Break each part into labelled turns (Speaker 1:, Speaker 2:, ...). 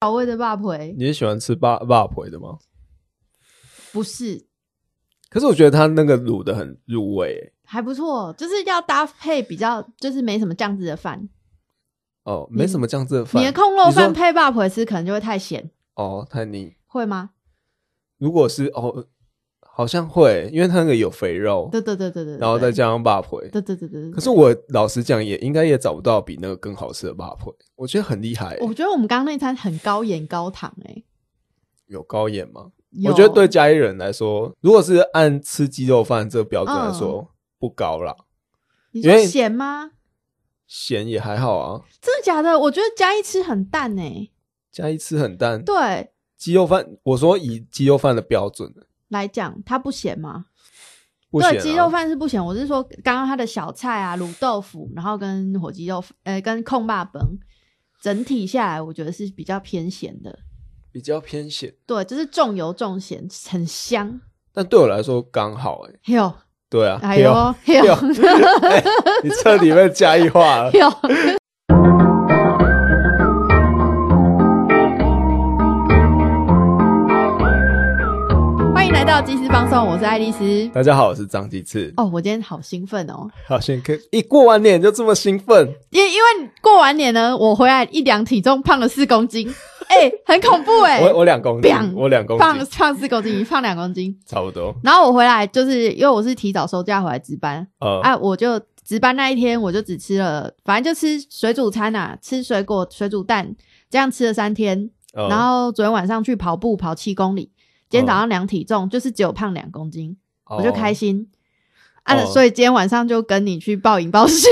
Speaker 1: 调味的霸葵
Speaker 2: 你是喜欢吃霸霸婆的吗？
Speaker 1: 不是
Speaker 2: 可是我觉得它那个卤的很入味欸、
Speaker 1: 还不错，就是要搭配比较就是没什么酱汁的饭。
Speaker 2: 哦，没什么酱汁的
Speaker 1: 嗯
Speaker 2: 饭。
Speaker 1: 你的控肉饭
Speaker 2: 你说
Speaker 1: 配霸葵吃可能就会太咸，
Speaker 2: 哦，太腻。
Speaker 1: 会吗？
Speaker 2: 如果是哦，好像会，因为它那个有肥肉，
Speaker 1: 对对对对对，对
Speaker 2: 然后再加上霸婆。
Speaker 1: 对对对对对
Speaker 2: 可。是我老实讲也，应该也找不到比那个更好吃的霸婆，我觉得很厉害欸、
Speaker 1: 我觉得我们刚刚那餐很高盐高糖哎、
Speaker 2: 有高盐吗？
Speaker 1: 有
Speaker 2: 我觉得对家里人来说，如果是按吃鸡肉饭这个标准来
Speaker 1: 嗯
Speaker 2: 说，不高啦，
Speaker 1: 你
Speaker 2: 因
Speaker 1: 说
Speaker 2: 为
Speaker 1: 咸吗？
Speaker 2: 咸也还好啊。
Speaker 1: 真的假的？我觉得嘉义吃很淡哎、
Speaker 2: 加一吃很淡，
Speaker 1: 对
Speaker 2: 鸡肉饭，我说以鸡肉饭的标准，
Speaker 1: 来讲它不咸吗？
Speaker 2: 不咸、啊。
Speaker 1: 对，鸡肉饭是不咸。我是说，刚刚它的小菜啊，卤豆腐，然后跟火鸡肉，呃，跟控霸本，整体下来我觉得是比较偏咸的。
Speaker 2: 比较偏咸，
Speaker 1: 对，就是重油重咸，很香。
Speaker 2: 但对我来说刚好哎、欸。
Speaker 1: 哟，
Speaker 2: 对啊，
Speaker 1: 哎呦，
Speaker 2: 哎呦，
Speaker 1: 哟
Speaker 2: 哎你彻底被加一化 了。
Speaker 1: 哟，欢迎来到即时放送，我是爱丽丝。
Speaker 2: 大家好，我是张继次。
Speaker 1: 哦，我今天好兴奋哦，
Speaker 2: 好，先看一过完年就这么兴奋，
Speaker 1: 因因为过完年呢，我回来一量体重，胖了四公斤，哎、很恐怖哎、
Speaker 2: 我我两公斤
Speaker 1: 砰，
Speaker 2: 我两公
Speaker 1: 胖
Speaker 2: 斤，
Speaker 1: 胖四公斤，胖两公斤。
Speaker 2: 差不多。
Speaker 1: 然后我回来就是因为我是提早收假回来值班，
Speaker 2: 呃，
Speaker 1: 啊，我就值班那一天我就只吃了，反正就吃水煮餐啊，吃水果、水煮蛋，这样吃了三天。
Speaker 2: 呃
Speaker 1: 然后昨天晚上去跑步，跑七公里，今天早
Speaker 2: 嗯
Speaker 1: 上量体重，就是只有胖两公斤，我就开
Speaker 2: 哦
Speaker 1: 心。啊，
Speaker 2: 哦
Speaker 1: 所以今天晚上就跟你去暴饮暴 食，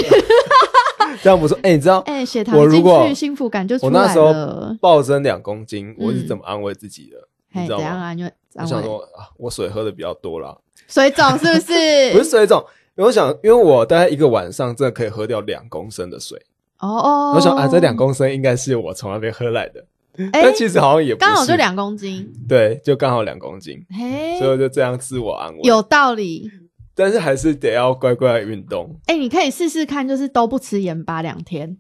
Speaker 2: 这样不错。哎、你知道
Speaker 1: 哎，血糖
Speaker 2: 我如
Speaker 1: 进
Speaker 2: 果
Speaker 1: 去，幸福感就出
Speaker 2: 我那
Speaker 1: 来
Speaker 2: 时候
Speaker 1: 了。
Speaker 2: 暴增两公斤，我是
Speaker 1: 嗯
Speaker 2: 怎么安慰自己的？你
Speaker 1: 嘿，
Speaker 2: 知道
Speaker 1: 怎样
Speaker 2: 吗？
Speaker 1: 啊？你就
Speaker 2: 我
Speaker 1: 安
Speaker 2: 想
Speaker 1: 慰
Speaker 2: 说啊，我水喝的比较多啦，
Speaker 1: 水肿是不是？
Speaker 2: 不是水肿。因为我想，因为我大概一个晚上真的可以喝掉两公升的水。
Speaker 1: 哦哦，
Speaker 2: 我想啊，这两公升应该是我从那边喝来的，
Speaker 1: 哎
Speaker 2: 但其实好像也不
Speaker 1: 刚好
Speaker 2: 是
Speaker 1: 就两公斤，
Speaker 2: 对，就刚好两公斤，
Speaker 1: 嘿
Speaker 2: 所以，我就这样自我安慰。
Speaker 1: 有道理。
Speaker 2: 但是还是得要乖乖运动。
Speaker 1: 哎、你可以试试看，就是都不吃盐巴两天，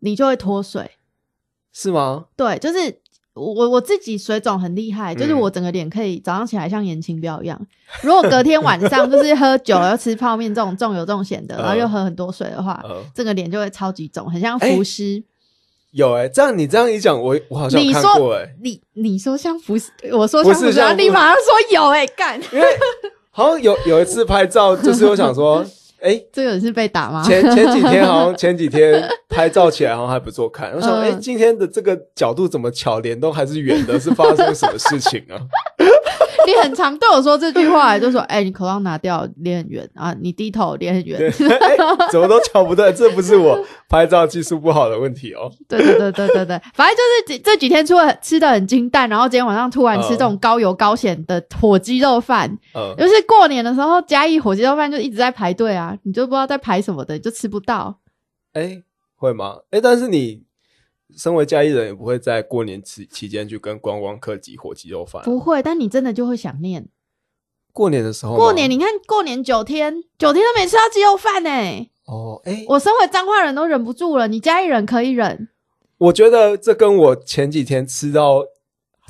Speaker 1: 你就会脱水。
Speaker 2: 是吗？
Speaker 1: 对，就是我我我自己水肿很厉害，就是
Speaker 2: 嗯
Speaker 1: 我整个脸可以早上起来像严清标一样。如果隔天晚上就是 喝酒了，又吃泡面这种重油重咸的，然后又喝很多水的话，
Speaker 2: 呃，
Speaker 1: 整个脸就会超级肿，很像
Speaker 2: 嗯哎
Speaker 1: 浮尸。
Speaker 2: 有哎、这样你这样一讲，我我好像
Speaker 1: 你
Speaker 2: 有看
Speaker 1: 说
Speaker 2: 过哎、
Speaker 1: 你你说像浮尸，我说
Speaker 2: 不
Speaker 1: 像浮
Speaker 2: 是
Speaker 1: 尸，
Speaker 2: 像
Speaker 1: 然后你
Speaker 2: 浮
Speaker 1: 马上说有哎、干，
Speaker 2: 因为好像有有一次拍照，就是我 想说，哎、
Speaker 1: 这个人是被打吗？
Speaker 2: 前前几天好像前几天拍照起来好像还不错看，我想
Speaker 1: 嗯
Speaker 2: 哎、诶今天的这个角度怎么巧联动还是圆的，是发生什么事情啊？
Speaker 1: 你很常对我说这句话，就说：“哎、你口罩拿掉，脸很圆啊，你低头脸很圆。
Speaker 2: 对，哎、怎么都瞧不对，这不是我拍照技术不好的问题哦。”
Speaker 1: 对对对对对 对，反正就是这这几天出了吃的很清淡，然后今天晚上突然吃这种高油高咸的火鸡肉饭，
Speaker 2: 嗯，
Speaker 1: 尤其是过年的时候，嘉义火鸡肉饭就一直在排队啊，你就不知道在排什么的，你就吃不到。
Speaker 2: 哎、会吗？哎、但是你身为家里人，也不会在过年期期间去跟观光客集火鸡肉饭啊。
Speaker 1: 不会，但你真的就会想念
Speaker 2: 过年的时候吗，
Speaker 1: 过年。你看，过年九天，九天都没吃到鸡肉饭呢、
Speaker 2: 哦，哎、我
Speaker 1: 我身为彰化人都忍不住了，你嘉义人可以忍，
Speaker 2: 我觉得这跟我前几天吃到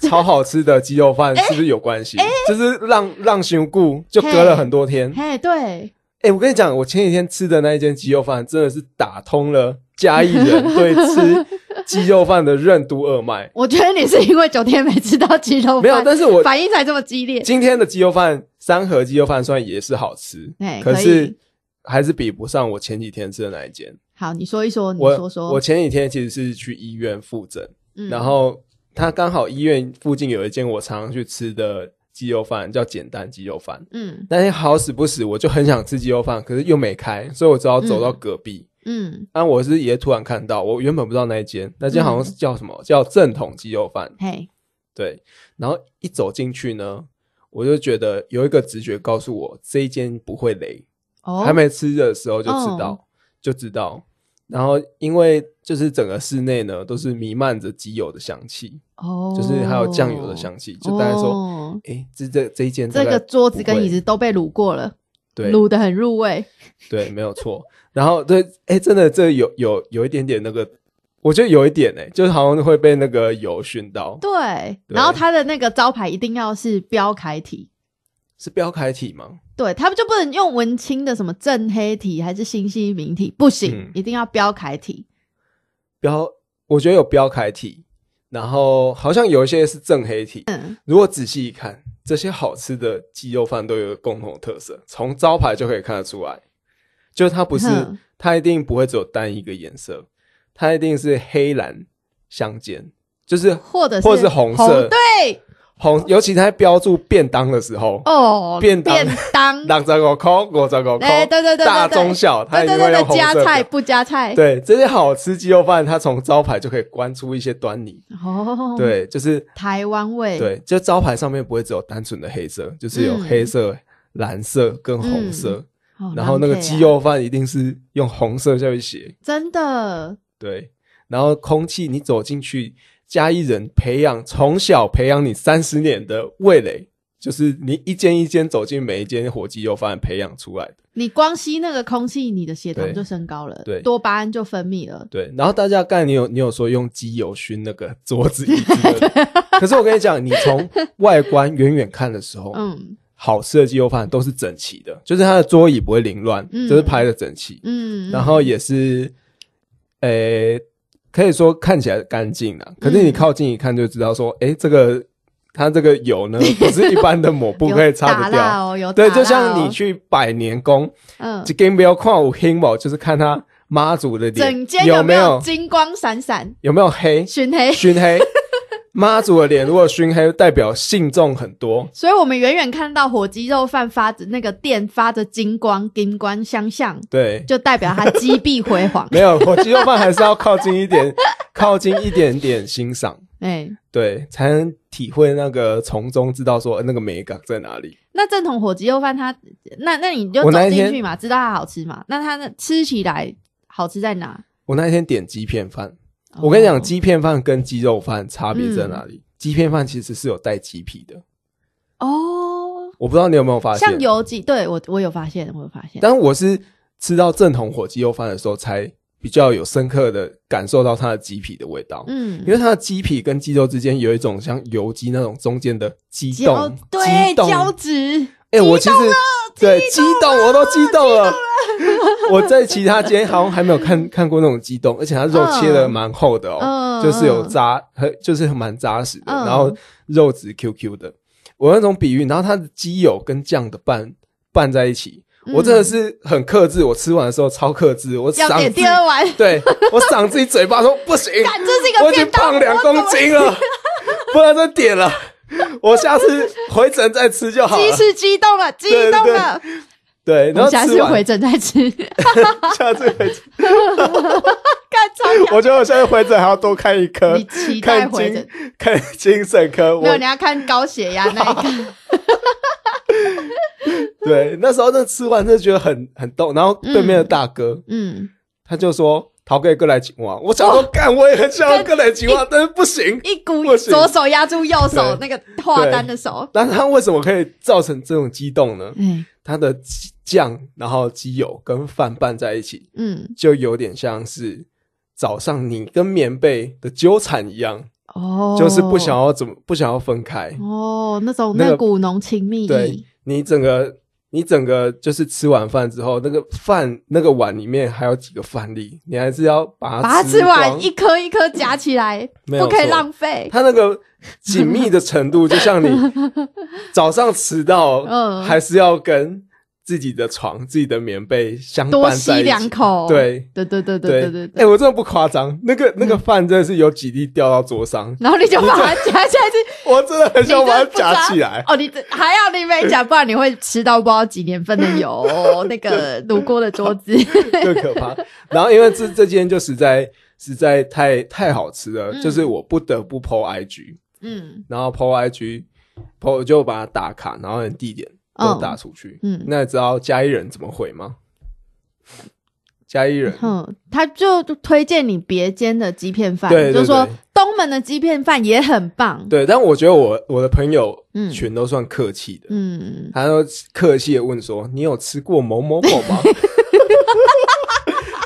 Speaker 2: 超好吃的鸡 肉
Speaker 1: 哎
Speaker 2: 饭是不是有关系？就是浪浪熊顾就隔了很多天。
Speaker 1: 嘿，对，
Speaker 2: 哎、我跟你讲，我前几天吃的那一间鸡肉饭真的是打通了嘉义 人对吃鸡肉饭的任督二脉。
Speaker 1: 我觉得你是因为九天没吃到鸡肉饭，
Speaker 2: 没有，但是我
Speaker 1: 反应才这么激烈。
Speaker 2: 今天的鸡肉饭三盒鸡肉饭虽然也是好吃
Speaker 1: 哎，
Speaker 2: 可
Speaker 1: 可以
Speaker 2: 是还是比不上我前几天吃的那一间。
Speaker 1: 好，你说一说，你
Speaker 2: 我
Speaker 1: 嗯说说，
Speaker 2: 我前几天其实是去医院复诊，
Speaker 1: 嗯
Speaker 2: 然后他刚好医院附近有一间我常常去吃的鸡肉饭，叫简单鸡肉饭。
Speaker 1: 嗯
Speaker 2: 那天好死不死，我就很想吃鸡肉饭，可是又没开，所以我只好走到隔壁。
Speaker 1: 嗯，
Speaker 2: 但我是也突然看到，我原本不知道那一间，那间好像是
Speaker 1: 嗯
Speaker 2: 叫什么、叫正统鸡肉饭，
Speaker 1: 嘿，
Speaker 2: 对。然后一走进去呢，我就觉得有一个直觉告诉我这一间不会雷，
Speaker 1: 哦，
Speaker 2: 还没吃的时候就知道，
Speaker 1: 哦
Speaker 2: 就知道。然后因为就是整个室内呢都是弥漫着鸡油的香气，
Speaker 1: 哦，
Speaker 2: 就是还有酱油的香气，就大家说，
Speaker 1: 哦
Speaker 2: 哎、这这这一间大
Speaker 1: 这
Speaker 2: 概
Speaker 1: 个桌子
Speaker 2: 不会
Speaker 1: 跟椅子都被卤过了，
Speaker 2: 对
Speaker 1: 卤的很入味，
Speaker 2: 对，没有错。然后对，哎、真的这有有有一点点那个我觉得有一点呢、就是好像会被那个油熏到，
Speaker 1: 对，
Speaker 2: 对
Speaker 1: 然后它的那个招牌一定要是标楷体，
Speaker 2: 是标楷体吗？
Speaker 1: 对，他们就不能用文青的什么正黑体还是新西明体，不行，
Speaker 2: 嗯
Speaker 1: 一定要标楷体。
Speaker 2: 标，我觉得有标楷体，然后好像有一些是正黑体。
Speaker 1: 嗯，
Speaker 2: 如果仔细一看，这些好吃的鸡肉饭都有共同特色，从招牌就可以看得出来，就它不是
Speaker 1: 哼
Speaker 2: 它一定不会只有单一个颜色，它一定是黑蓝相间，就是
Speaker 1: 或者是
Speaker 2: 或者是红色
Speaker 1: 对
Speaker 2: 红，尤其它在标注便当的时候，
Speaker 1: 哦，
Speaker 2: 便当
Speaker 1: 便当，
Speaker 2: 两十五块，五十五
Speaker 1: 哎对
Speaker 2: 块，
Speaker 1: 对对对对
Speaker 2: 大中小，
Speaker 1: 对
Speaker 2: 它一
Speaker 1: 对
Speaker 2: 定
Speaker 1: 对
Speaker 2: 会用
Speaker 1: 对，
Speaker 2: 红
Speaker 1: 加
Speaker 2: 色
Speaker 1: 菜
Speaker 2: 的。
Speaker 1: 不加菜，
Speaker 2: 对，这些好吃鸡肉饭，它从招牌就可以关出一些端倪。
Speaker 1: 哦，，
Speaker 2: 对，就是
Speaker 1: 台湾味，
Speaker 2: 对，就招牌上面不会只有单纯的黑色，就是有
Speaker 1: 嗯
Speaker 2: 黑色、蓝色跟红色，
Speaker 1: 哦，
Speaker 2: 然后那个
Speaker 1: 狼 K 啊
Speaker 2: 鸡肉饭一定是用红色下去写。
Speaker 1: 真的
Speaker 2: 对，然后空气你走进去，嘉义人培养从小培养你三十年的味蕾，就是你一间一间走进每一间火鸡肉饭培养出来的。
Speaker 1: 你光吸那个空气，你的血糖
Speaker 2: 对
Speaker 1: 就升高了，
Speaker 2: 对
Speaker 1: 多巴胺就分泌了。
Speaker 2: 对，然后大家刚才你有你有说用机油熏那个 桌子椅子 的，可是我跟你讲，你从外观远远看的时候，
Speaker 1: 嗯
Speaker 2: 好吃的鸡肉饭都是整齐的，就是它的桌椅不会凌乱，
Speaker 1: 嗯
Speaker 2: 就是排的整齐，
Speaker 1: 嗯，
Speaker 2: 然后也是，诶、可以说看起来干净啊，可是你
Speaker 1: 嗯
Speaker 2: 靠近一看就知道说，诶、这个它这个油呢，不是一般的抹布
Speaker 1: 有
Speaker 2: 可以擦
Speaker 1: 打蜡
Speaker 2: 得掉。
Speaker 1: 哦，有
Speaker 2: 对，
Speaker 1: 打
Speaker 2: 就
Speaker 1: 蜡
Speaker 2: 像你
Speaker 1: 哦
Speaker 2: 去百年宫，
Speaker 1: 嗯
Speaker 2: 就，跟不要看有黑毛，就是看他妈祖的脸
Speaker 1: 整间
Speaker 2: 有
Speaker 1: 没
Speaker 2: 有
Speaker 1: 金光闪闪、
Speaker 2: 有没有黑
Speaker 1: 熏黑？
Speaker 2: 熏黑。妈祖的脸如果熏黑，代表信众很多。
Speaker 1: 所以我们远远看到火鸡肉饭发着那个店发着金光，金光相向，
Speaker 2: 对，。
Speaker 1: 就代表它击毙辉煌
Speaker 2: 没有，火鸡肉饭还是要靠近一点， 靠近一点点欣赏，
Speaker 1: 哎、
Speaker 2: 对，才能体会那个从中知道说呃那个美感在哪里。
Speaker 1: 那正统火鸡肉饭它，那那你就
Speaker 2: 我
Speaker 1: 走
Speaker 2: 那一
Speaker 1: 进
Speaker 2: 天
Speaker 1: 去嘛，知道它好吃嘛？那它那吃起来好吃在哪？
Speaker 2: 我那一天点鸡片饭，我跟你讲，
Speaker 1: 哦嗯
Speaker 2: 鸡片饭跟鸡肉饭差别在哪里？鸡片饭其实是有带鸡皮的，
Speaker 1: 哦，
Speaker 2: 我不知道你有没有发现，
Speaker 1: 像油鸡，对我我有发现，我有发现。
Speaker 2: 但是我是吃到正统火鸡肉饭的时候，才比较有深刻的感受到它的鸡皮的味道。
Speaker 1: 嗯
Speaker 2: 因，为它的鸡皮跟鸡肉之间有一种像油鸡那种中间的激
Speaker 1: 胶
Speaker 2: 动，
Speaker 1: 哦对
Speaker 2: 激动
Speaker 1: 胶质，
Speaker 2: 哎、我其实对激动，我都激动 了。我在其他间好像还没有看看过那种激动，而且它肉切的蛮厚的哦，
Speaker 1: 嗯
Speaker 2: 就是有扎，很就是蛮扎实的，
Speaker 1: 嗯
Speaker 2: 然后肉质 QQ 的。我那种比喻，然后它的鸡油跟酱的拌拌在一起，我真的是很克制。我吃完的时候超克制，我
Speaker 1: 嗯要
Speaker 2: 赏
Speaker 1: 给
Speaker 2: 自己
Speaker 1: 第，二碗，
Speaker 2: 对我赏自己嘴巴说不行，
Speaker 1: 干这是一个
Speaker 2: 我已经
Speaker 1: 便当，
Speaker 2: 胖 两
Speaker 1: 我
Speaker 2: 公斤了，不能再点了。我下次回程再吃就好
Speaker 1: 鸡
Speaker 2: 了。
Speaker 1: 是激动了，激
Speaker 2: 对
Speaker 1: 动
Speaker 2: 对
Speaker 1: 了。
Speaker 2: 对，然
Speaker 1: 我
Speaker 2: 后
Speaker 1: 下
Speaker 2: 吃
Speaker 1: 次
Speaker 2: 完
Speaker 1: 回诊再吃，
Speaker 2: 下次回诊，
Speaker 1: 干超
Speaker 2: 我觉得我下次回诊还要多看一
Speaker 1: 屌！
Speaker 2: 科
Speaker 1: 你，期待
Speaker 2: 看
Speaker 1: 回
Speaker 2: 精
Speaker 1: 诊？
Speaker 2: 看精神科。
Speaker 1: 没有，
Speaker 2: 我
Speaker 1: 你要看高血压那一 个。
Speaker 2: 对那时候真的吃完真的觉得很很动，然后对面的大哥、
Speaker 1: 嗯，
Speaker 2: 他就说：“陶哥过来请 我。”我想说，干我也很想
Speaker 1: 哦
Speaker 2: 要过来请我，但是不行。
Speaker 1: 一股
Speaker 2: 不行
Speaker 1: 左手压住右手那
Speaker 2: 对
Speaker 1: 个画单的手。
Speaker 2: 但是他为什么可以造成这种激动呢？
Speaker 1: 哎，
Speaker 2: 他的鸡酱，然后鸡油跟饭拌在一起，
Speaker 1: 嗯，
Speaker 2: 就有点像是早上你跟棉被的纠缠一样，
Speaker 1: 哦，
Speaker 2: 就是不想要怎么不想要分开。
Speaker 1: 哦，那种
Speaker 2: 那个
Speaker 1: 那股浓情蜜
Speaker 2: 对
Speaker 1: 意。
Speaker 2: 你整个你整个就是吃完饭之后，那个饭那个碗里面还有几个饭粒，你还是要把
Speaker 1: 把它
Speaker 2: 它
Speaker 1: 吃完，
Speaker 2: 光
Speaker 1: 一颗一颗夹起来，
Speaker 2: 没有
Speaker 1: 不可以
Speaker 2: 错
Speaker 1: 浪费。
Speaker 2: 它那个紧密的程度，就 像你早上迟到，
Speaker 1: 嗯
Speaker 2: 还是要跟自己的床、自己的棉被相
Speaker 1: 多
Speaker 2: 伴
Speaker 1: 吸
Speaker 2: 嗯在一起
Speaker 1: 两口。
Speaker 2: 对。
Speaker 1: 对对对对
Speaker 2: 对
Speaker 1: 对对
Speaker 2: 哎、
Speaker 1: 对。
Speaker 2: 我真的不夸张，那个那个饭真的是有几粒掉到桌 上，
Speaker 1: 然后你就把它夹起来吃，
Speaker 2: 我真的很
Speaker 1: 你这
Speaker 2: 想把它
Speaker 1: 不抓
Speaker 2: 夹起来。
Speaker 1: 哦！你这还要你没夹，不然你会吃到不知道几年份的油，那个卤锅的桌 子。
Speaker 2: 更可怕。然后因为这这间就实在实在太太好吃了，
Speaker 1: 嗯
Speaker 2: 就是我不得不 PO IG，
Speaker 1: 嗯
Speaker 2: 然后 PO IG，PO 就把它打卡，然后连地点都打出去。
Speaker 1: 嗯
Speaker 2: 那你知道嘉义人怎么回吗？嘉义人，
Speaker 1: 哼，他就推荐你别间的鸡片饭，
Speaker 2: 对对
Speaker 1: 就说
Speaker 2: 对
Speaker 1: 东门的鸡片饭也很棒。
Speaker 2: 对，但我觉得我我的朋友
Speaker 1: 嗯
Speaker 2: 群都算客气的，
Speaker 1: 嗯，
Speaker 2: 他都客气的问说：“你有吃过某某某吗？”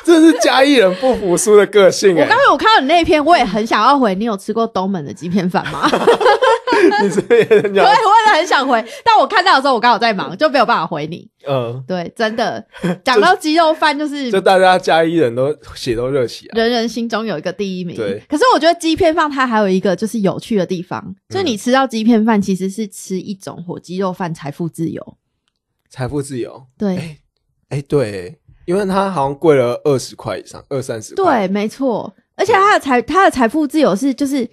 Speaker 2: 这 这是嘉义人不服输的个性
Speaker 1: 我
Speaker 2: 哎、
Speaker 1: 刚刚有看到你那一篇，我也很想要回。你有吃过东门的鸡片饭 吗？
Speaker 2: 你这边人
Speaker 1: 对，
Speaker 2: 家
Speaker 1: 我也很想回，但我看到的时候我刚好在忙，就没有办法回你。
Speaker 2: 嗯，
Speaker 1: 对，真 的讲到鸡肉饭，就是
Speaker 2: 就大家嘉义人都血都热起来，
Speaker 1: 人人心中有一个第一名。
Speaker 2: 对嗯
Speaker 1: 可是我觉得鸡片饭它还有一个就是有趣的地方，就是你吃到鸡片饭其实是吃一种火鸡肉饭，财富自由。
Speaker 2: 财富自由。
Speaker 1: 对、
Speaker 2: 哎哎、对、因为它好像贵了二十块以上，二三十块。
Speaker 1: 对，没错。而且它的
Speaker 2: 嗯
Speaker 1: 财它的财富自由是就是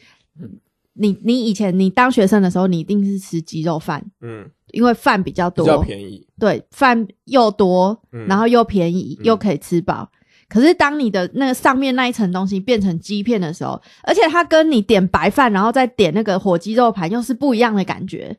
Speaker 1: 你你以前你当学生的时候，你一定是吃鸡肉饭，
Speaker 2: 嗯，
Speaker 1: 因为饭比较
Speaker 2: 比
Speaker 1: 多，
Speaker 2: 较便宜。
Speaker 1: 对，饭又多，
Speaker 2: 嗯
Speaker 1: 然后又便宜，
Speaker 2: 嗯
Speaker 1: 又可以吃饱。可是当你的那个上面那一层东西变成鸡片的时候，而且它跟你点白饭，然后再点那个火鸡肉盘，又是不一样的感觉，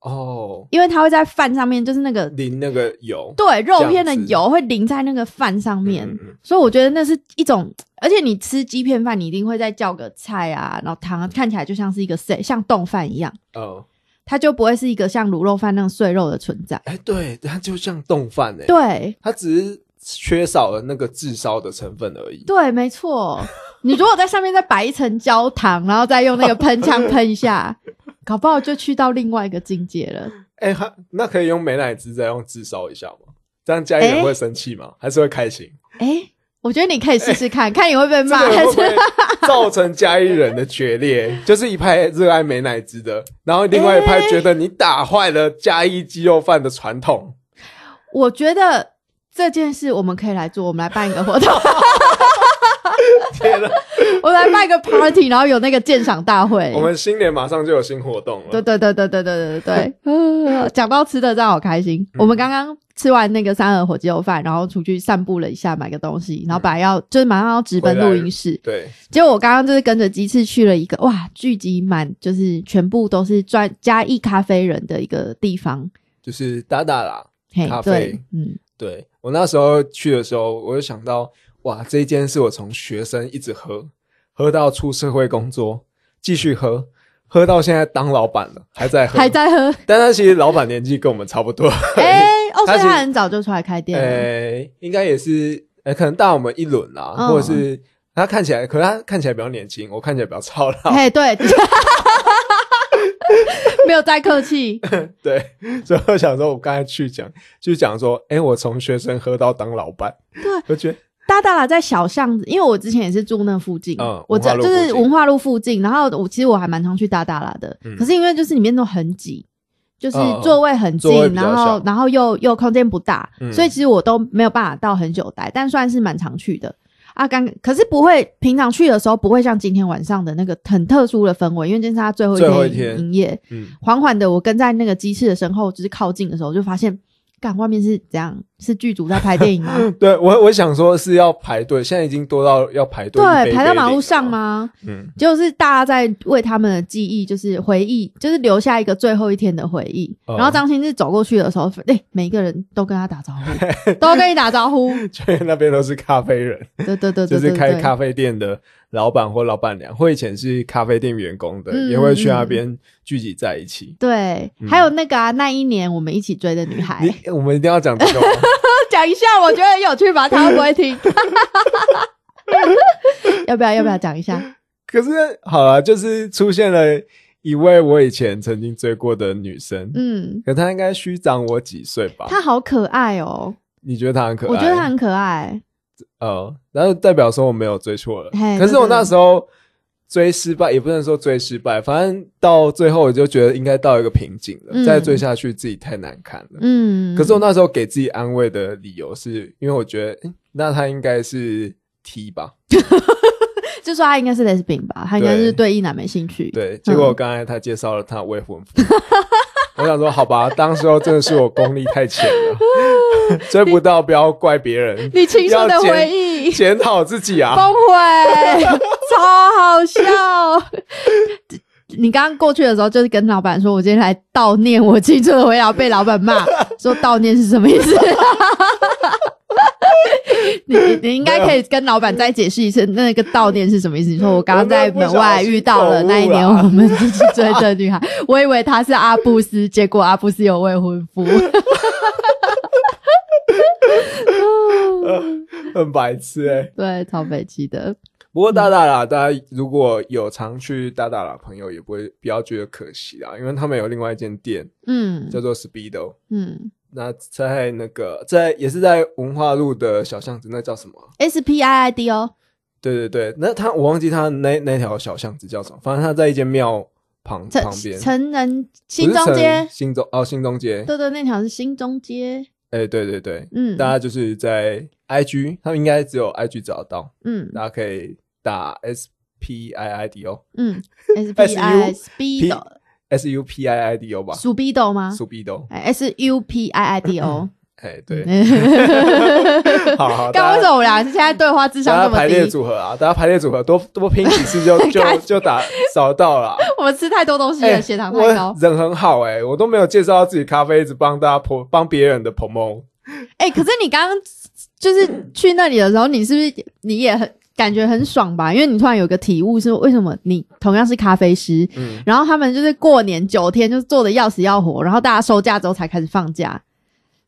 Speaker 2: 哦，
Speaker 1: 因为它会在饭上面，就是那个
Speaker 2: 淋那个油。
Speaker 1: 对肉片的
Speaker 2: 这样子
Speaker 1: 油会淋在那个饭上面，
Speaker 2: 嗯嗯嗯
Speaker 1: 所以我觉得那是一种，而且你吃鸡片饭，你一定会再叫个菜啊，然后汤啊看起来就像是一个 set，像冻饭一样，
Speaker 2: 哦，
Speaker 1: 它就不会是一个像卤肉饭那种碎肉的存在。
Speaker 2: 哎、对，它就像冻饭哎，
Speaker 1: 对，
Speaker 2: 它只是缺少了那个炙烧的成分而已。
Speaker 1: 对，没错。你如果在上面再摆一层焦糖，然后再用那个喷枪 喷一下，搞不好就去到另外一个境界了。
Speaker 2: 哎、它那可以用美乃滋再用炙烧一下吗？这样嘉义人会生气吗？还是会开心？
Speaker 1: 哎、我觉得你可以试试看，看你会被
Speaker 2: 这
Speaker 1: 骂
Speaker 2: 个
Speaker 1: 还
Speaker 2: 会不
Speaker 1: 是
Speaker 2: 会造成嘉义人的决裂？ 就是一派热爱美乃滋的，然后另外一派觉得你打坏了嘉义鸡肉饭的传统。
Speaker 1: 我觉得这件事我们可以来做，我们来办一个活动，
Speaker 2: 天哪！
Speaker 1: 我们来办一个 party，然后有那个鉴赏大会。
Speaker 2: 我们新年马上就有新活动
Speaker 1: 对
Speaker 2: 了。
Speaker 1: 对对对对对对对对， 呃讲到吃的，真的好开心。
Speaker 2: 嗯
Speaker 1: 我们刚刚吃完那个三合火鸡肉饭，然后出去散步了一下，买个东西，然后本来要就是马上要直奔
Speaker 2: 嗯回来
Speaker 1: 录
Speaker 2: 了
Speaker 1: 音室，
Speaker 2: 对，
Speaker 1: 结果我刚刚就是跟着鸡翅去了一个哇，聚集满就是全部都是专嘉义咖啡人的一个地方。
Speaker 2: 就是打打啦。
Speaker 1: 嘿
Speaker 2: 咖，啡
Speaker 1: 对，嗯，
Speaker 2: 对我那时候去的时候，我就想到，哇，这一间是我从学生一直喝，喝到出社会工作，继续喝，喝到现在当老板了，还在喝，
Speaker 1: 还。在喝。
Speaker 2: 但他其实老板年纪跟我们差不多，
Speaker 1: 哎、哦，所
Speaker 2: 他
Speaker 1: 以
Speaker 2: 是
Speaker 1: 他很早就出来开店了。
Speaker 2: 呃、应该也是，呃，可能大我们一轮啦，
Speaker 1: 嗯
Speaker 2: 或者是他看起来，可是他看起来比较年轻，我看起来比较操劳，
Speaker 1: 嘿，对， 没有再客气。
Speaker 2: 对，所以我想说，我刚才去讲，就讲说，哎、我从学生喝到当老板，
Speaker 1: 对，
Speaker 2: 我觉得
Speaker 1: 大大啦，在小巷子，因为我之前也是住那附近，
Speaker 2: 嗯
Speaker 1: 我
Speaker 2: 文化
Speaker 1: 这
Speaker 2: 路
Speaker 1: 就
Speaker 2: 附
Speaker 1: 是
Speaker 2: 近
Speaker 1: 文化路附近。然后我其实我还蛮常去大大啦的，
Speaker 2: 嗯
Speaker 1: 可是因为就是里面都很挤，就是
Speaker 2: 嗯嗯
Speaker 1: 座位很近，
Speaker 2: 座位比较
Speaker 1: 然后
Speaker 2: 小
Speaker 1: 然后又又空间不大，
Speaker 2: 嗯
Speaker 1: 所以其实我都没有办法到很久待，但算是蛮常去的。啊，刚可是不会，平常去的时候不会像今天晚上的那个很特殊的氛围，因为今天是他最后
Speaker 2: 最后
Speaker 1: 一
Speaker 2: 一
Speaker 1: 天
Speaker 2: 天
Speaker 1: 营业。
Speaker 2: 嗯，
Speaker 1: 缓缓的，我跟在那个鸡翅的身后，就是靠近的时候，就发现，干外面是怎样？是剧组在拍电影吗？
Speaker 2: 对我我想说是要排队，现在已经多到要排队，一杯哦
Speaker 1: 对，
Speaker 2: 一
Speaker 1: 排到
Speaker 2: 杯
Speaker 1: 马
Speaker 2: 领
Speaker 1: 路
Speaker 2: 了
Speaker 1: 上？吗？
Speaker 2: 嗯，
Speaker 1: 就是大家在为他们的记忆，就是回忆，就是留下一个最后一天的回忆。
Speaker 2: 哦
Speaker 1: 然后张新志走过去的时候，哎、每一个人都跟他打招 呼，都跟你打招呼。
Speaker 2: 就是那边都是咖啡人，
Speaker 1: 对对对
Speaker 2: 就
Speaker 1: 对
Speaker 2: 是
Speaker 1: 对
Speaker 2: 开
Speaker 1: 对，
Speaker 2: 咖啡店的老板或老板娘，或以前是咖啡店员工的，
Speaker 1: 嗯
Speaker 2: 也会去
Speaker 1: 嗯
Speaker 2: 那
Speaker 1: 嗯
Speaker 2: 边聚集在一起。
Speaker 1: 对，还有那个啊，那一年我们一起追的女孩，
Speaker 2: 嗯你我们一定要讲这个吗，
Speaker 1: 讲一下，我觉得很有趣吧？她会不会听？ 要不要要不要讲一下？
Speaker 2: 可是好了，就是出现了一位我以前曾经追过的女生，
Speaker 1: 嗯，
Speaker 2: 可她应该虚长我几岁吧？
Speaker 1: 她好可爱哦，
Speaker 2: 你觉得她很可爱？
Speaker 1: 我觉得她很可爱。
Speaker 2: 呃，然后代表说我没有追错了
Speaker 1: 嘿。
Speaker 2: 可是我那时候追失败，也不能说追失败，反正到最后我就觉得应该到一个瓶颈了，
Speaker 1: 嗯
Speaker 2: 再追下去自己太难看了。
Speaker 1: 嗯，
Speaker 2: 可是我那时候给自己安慰的理由是，因为我觉得，嗯那他应该是 T 吧？
Speaker 1: 就说她应该是 lesbian 吧，她应该是
Speaker 2: 对
Speaker 1: 对异男没兴趣。
Speaker 2: 对。结果刚才他介绍了他的未婚夫， 我想说，好吧，当时候真的是我功力太浅了， 追不到不要怪别人，
Speaker 1: 你青春的回忆
Speaker 2: 检讨自己啊。
Speaker 1: 崩毁， 超好笑。你刚刚过去的时候，就是跟老板说，我今天来悼念我青春的回忆，然后被老板骂，说悼念是什么意思？ 你你你应该可以跟老板再解释一次那个悼念是什么意思。你说我刚刚在门外遇到了那一年我们一起追的女孩，我以为她是阿布斯，结果阿布斯有未婚夫。
Speaker 2: 很白痴哎、
Speaker 1: 对，超北气的。
Speaker 2: 不过大大啦，大家如果有常去大大啦，朋友也不会不要觉得可惜啦，因为他们有另外一间店
Speaker 1: 嗯
Speaker 2: 叫做 Speedo，
Speaker 1: 嗯
Speaker 2: 那在那个在也是在文化路的小巷子，那叫什么啊？
Speaker 1: ，S P I I D 哦，
Speaker 2: 对对对，那他我忘记他那那条小巷子叫什么，反正他在一间庙旁
Speaker 1: 成
Speaker 2: 旁边，
Speaker 1: 成人
Speaker 2: 不是
Speaker 1: 新中
Speaker 2: 城
Speaker 1: 街，
Speaker 2: 新中哦新中街，
Speaker 1: 对对，那条是新中街。
Speaker 2: 哎、对对对，
Speaker 1: 嗯
Speaker 2: 大家就是在 IG，他们应该只有 IG 找得到，
Speaker 1: 嗯
Speaker 2: 大家可以打 S P I I D O
Speaker 1: 嗯，S P I S B
Speaker 2: S U P I I D O 吧，
Speaker 1: 苏比斗吗
Speaker 2: 苏比斗，
Speaker 1: ？S U P I I D O。
Speaker 2: 哎，对，
Speaker 1: 对
Speaker 2: 好
Speaker 1: 刚
Speaker 2: 好，大
Speaker 1: 为什
Speaker 2: 家
Speaker 1: 么我俩现在对话智
Speaker 2: 大
Speaker 1: 商
Speaker 2: 家
Speaker 1: 这么
Speaker 2: 排
Speaker 1: 低
Speaker 2: 列？组合啊，大家排列组合多多拼几 次就就
Speaker 1: 看
Speaker 2: 就打找 到了啊。
Speaker 1: 我们吃太多东西
Speaker 2: 哎
Speaker 1: 了，血糖
Speaker 2: 我
Speaker 1: 太高。
Speaker 2: 人很好哎、我都没有介绍到自己咖啡，一直帮大家 p 帮别人的 promo。
Speaker 1: 哎，可是你刚刚就是去那里的时候，你是不是你也很感觉很爽吧？因为你突然有个体悟，是为什么你同样是咖啡师，
Speaker 2: 嗯，
Speaker 1: 然后他们就是过年九天就是做的要死要活，然后大家收假之后才开始放假。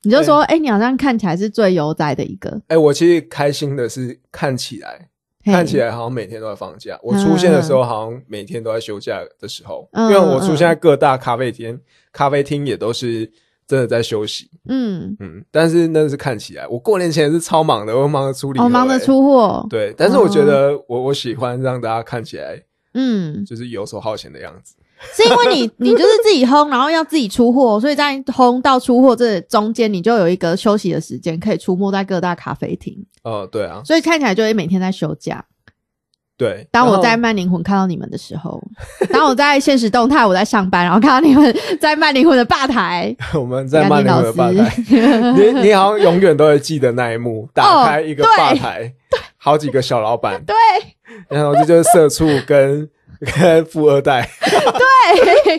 Speaker 1: 你就说，哎、你好像看起来是最悠哉的一个，
Speaker 2: 哎、我其实开心的是看起来，
Speaker 1: 嘿嗯
Speaker 2: 看起，来好像每天都在放假。我出现的时候好像每天都在休假的时候，
Speaker 1: 嗯
Speaker 2: 因为我出现在各大咖啡厅，咖啡厅也都是真的在休息。
Speaker 1: 嗯，
Speaker 2: 嗯，但是那是看起来，我过年前是超忙的，我忙着处理、欸
Speaker 1: 哦，忙着。哦出货，
Speaker 2: 对，但是我觉得我、我喜欢让大家看起来
Speaker 1: 嗯，
Speaker 2: 就是游手好闲的样子。
Speaker 1: 是因为你你就是自己烘，然后要自己出货，所以在烘到出货这中间，你就有一个休息的时间，可以出没在各大咖啡厅，
Speaker 2: 哦、对啊，
Speaker 1: 所以看起来就会每天在休假。
Speaker 2: 对。
Speaker 1: 当我
Speaker 2: 然后
Speaker 1: 在慢灵魂看到你们的时候， 当我在现实动态我在上班，然后看到你们在慢灵魂的吧 台，
Speaker 2: 我们在曼联的吧
Speaker 1: 甘霖老哦
Speaker 2: 台， 你你好像永远都会记得那一幕，打开一个吧台，好几个小老板，
Speaker 1: 对，
Speaker 2: 然后这就是社畜跟 跟富二代，
Speaker 1: 对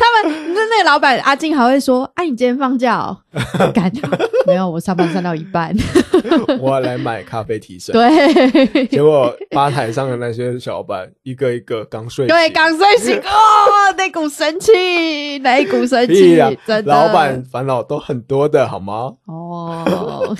Speaker 1: 他们，那那个老板阿静还会说：“啊，你今天放假哦？”感 没有，我上班上到一 半。
Speaker 2: 我要来买咖啡提神。
Speaker 1: 对
Speaker 2: 结果吧台上的那些小老板，一个一个刚睡醒，
Speaker 1: 对，刚睡醒哦，那股神气，那一股神
Speaker 2: 屁
Speaker 1: 气
Speaker 2: 呀，，
Speaker 1: 真的。
Speaker 2: 老板烦恼都很多的好吗？
Speaker 1: 哦，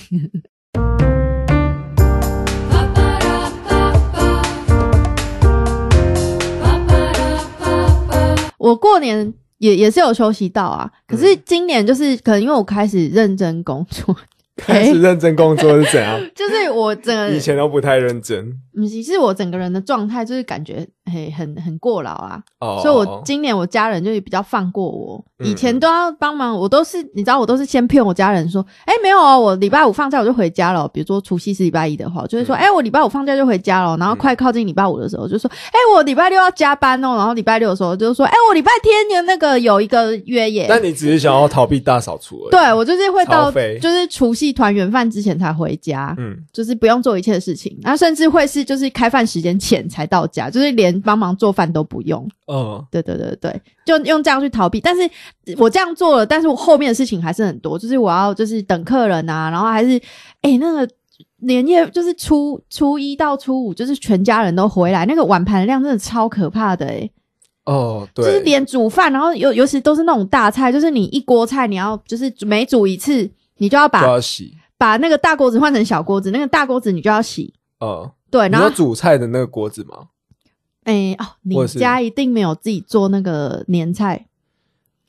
Speaker 1: 我过年。也也是有休息到啊，可是
Speaker 2: 嗯
Speaker 1: 今年就是可能因为我开始认真工作，
Speaker 2: 开始认真工作是怎样？
Speaker 1: 就是我整个
Speaker 2: 以前都不太认真
Speaker 1: 不是，是我整个人的状态就是感觉嘿很很过劳啊，
Speaker 2: 哦，
Speaker 1: 所以我今年我家人就比较放过我，
Speaker 2: 嗯
Speaker 1: 以前都要帮忙，我都是你知道，我都是先骗我家人说，哎、没有哦，我礼拜五放假我就回家了。比如说除夕是礼拜一的话，我就会说，
Speaker 2: 嗯
Speaker 1: 哎、我礼拜五放假就回家了。然后快靠近礼拜五的时候，我就说，哎、我礼拜六要加班哦。然后礼拜六的时候就说，哎、我礼拜天的那个有一个约耶。
Speaker 2: 但你只是想要逃避大扫除而已。
Speaker 1: 对，我就是会
Speaker 2: 超
Speaker 1: 到
Speaker 2: 肥
Speaker 1: 就是除夕团圆饭之前才回家。
Speaker 2: 嗯，
Speaker 1: 就是不用做一切的事情，然后甚至会是就是开饭时间前才到家，就是连帮忙做饭都不用。
Speaker 2: 哦，
Speaker 1: 对对对对，就用这样去逃避。但是我这样做了，但是我后面的事情还是很多，就是我要就是等客人啊，然后还是哎、那个连夜就是初初一到初五，就是全家人都回来，那个碗盘量真的超可怕的哎、
Speaker 2: 哦，对，
Speaker 1: 就是连煮饭，然后尤尤其都是那种大菜，就是你一锅菜你要就是每煮一次，你就要把
Speaker 2: 就要洗。
Speaker 1: 把那个大锅子换成小锅子，那个大锅子你就要洗。
Speaker 2: 嗯，
Speaker 1: 对，
Speaker 2: 你
Speaker 1: 然后
Speaker 2: 说煮菜的那个锅子吗？
Speaker 1: 哎、哦，你
Speaker 2: 或者是
Speaker 1: 家一定没有自己做那个年菜，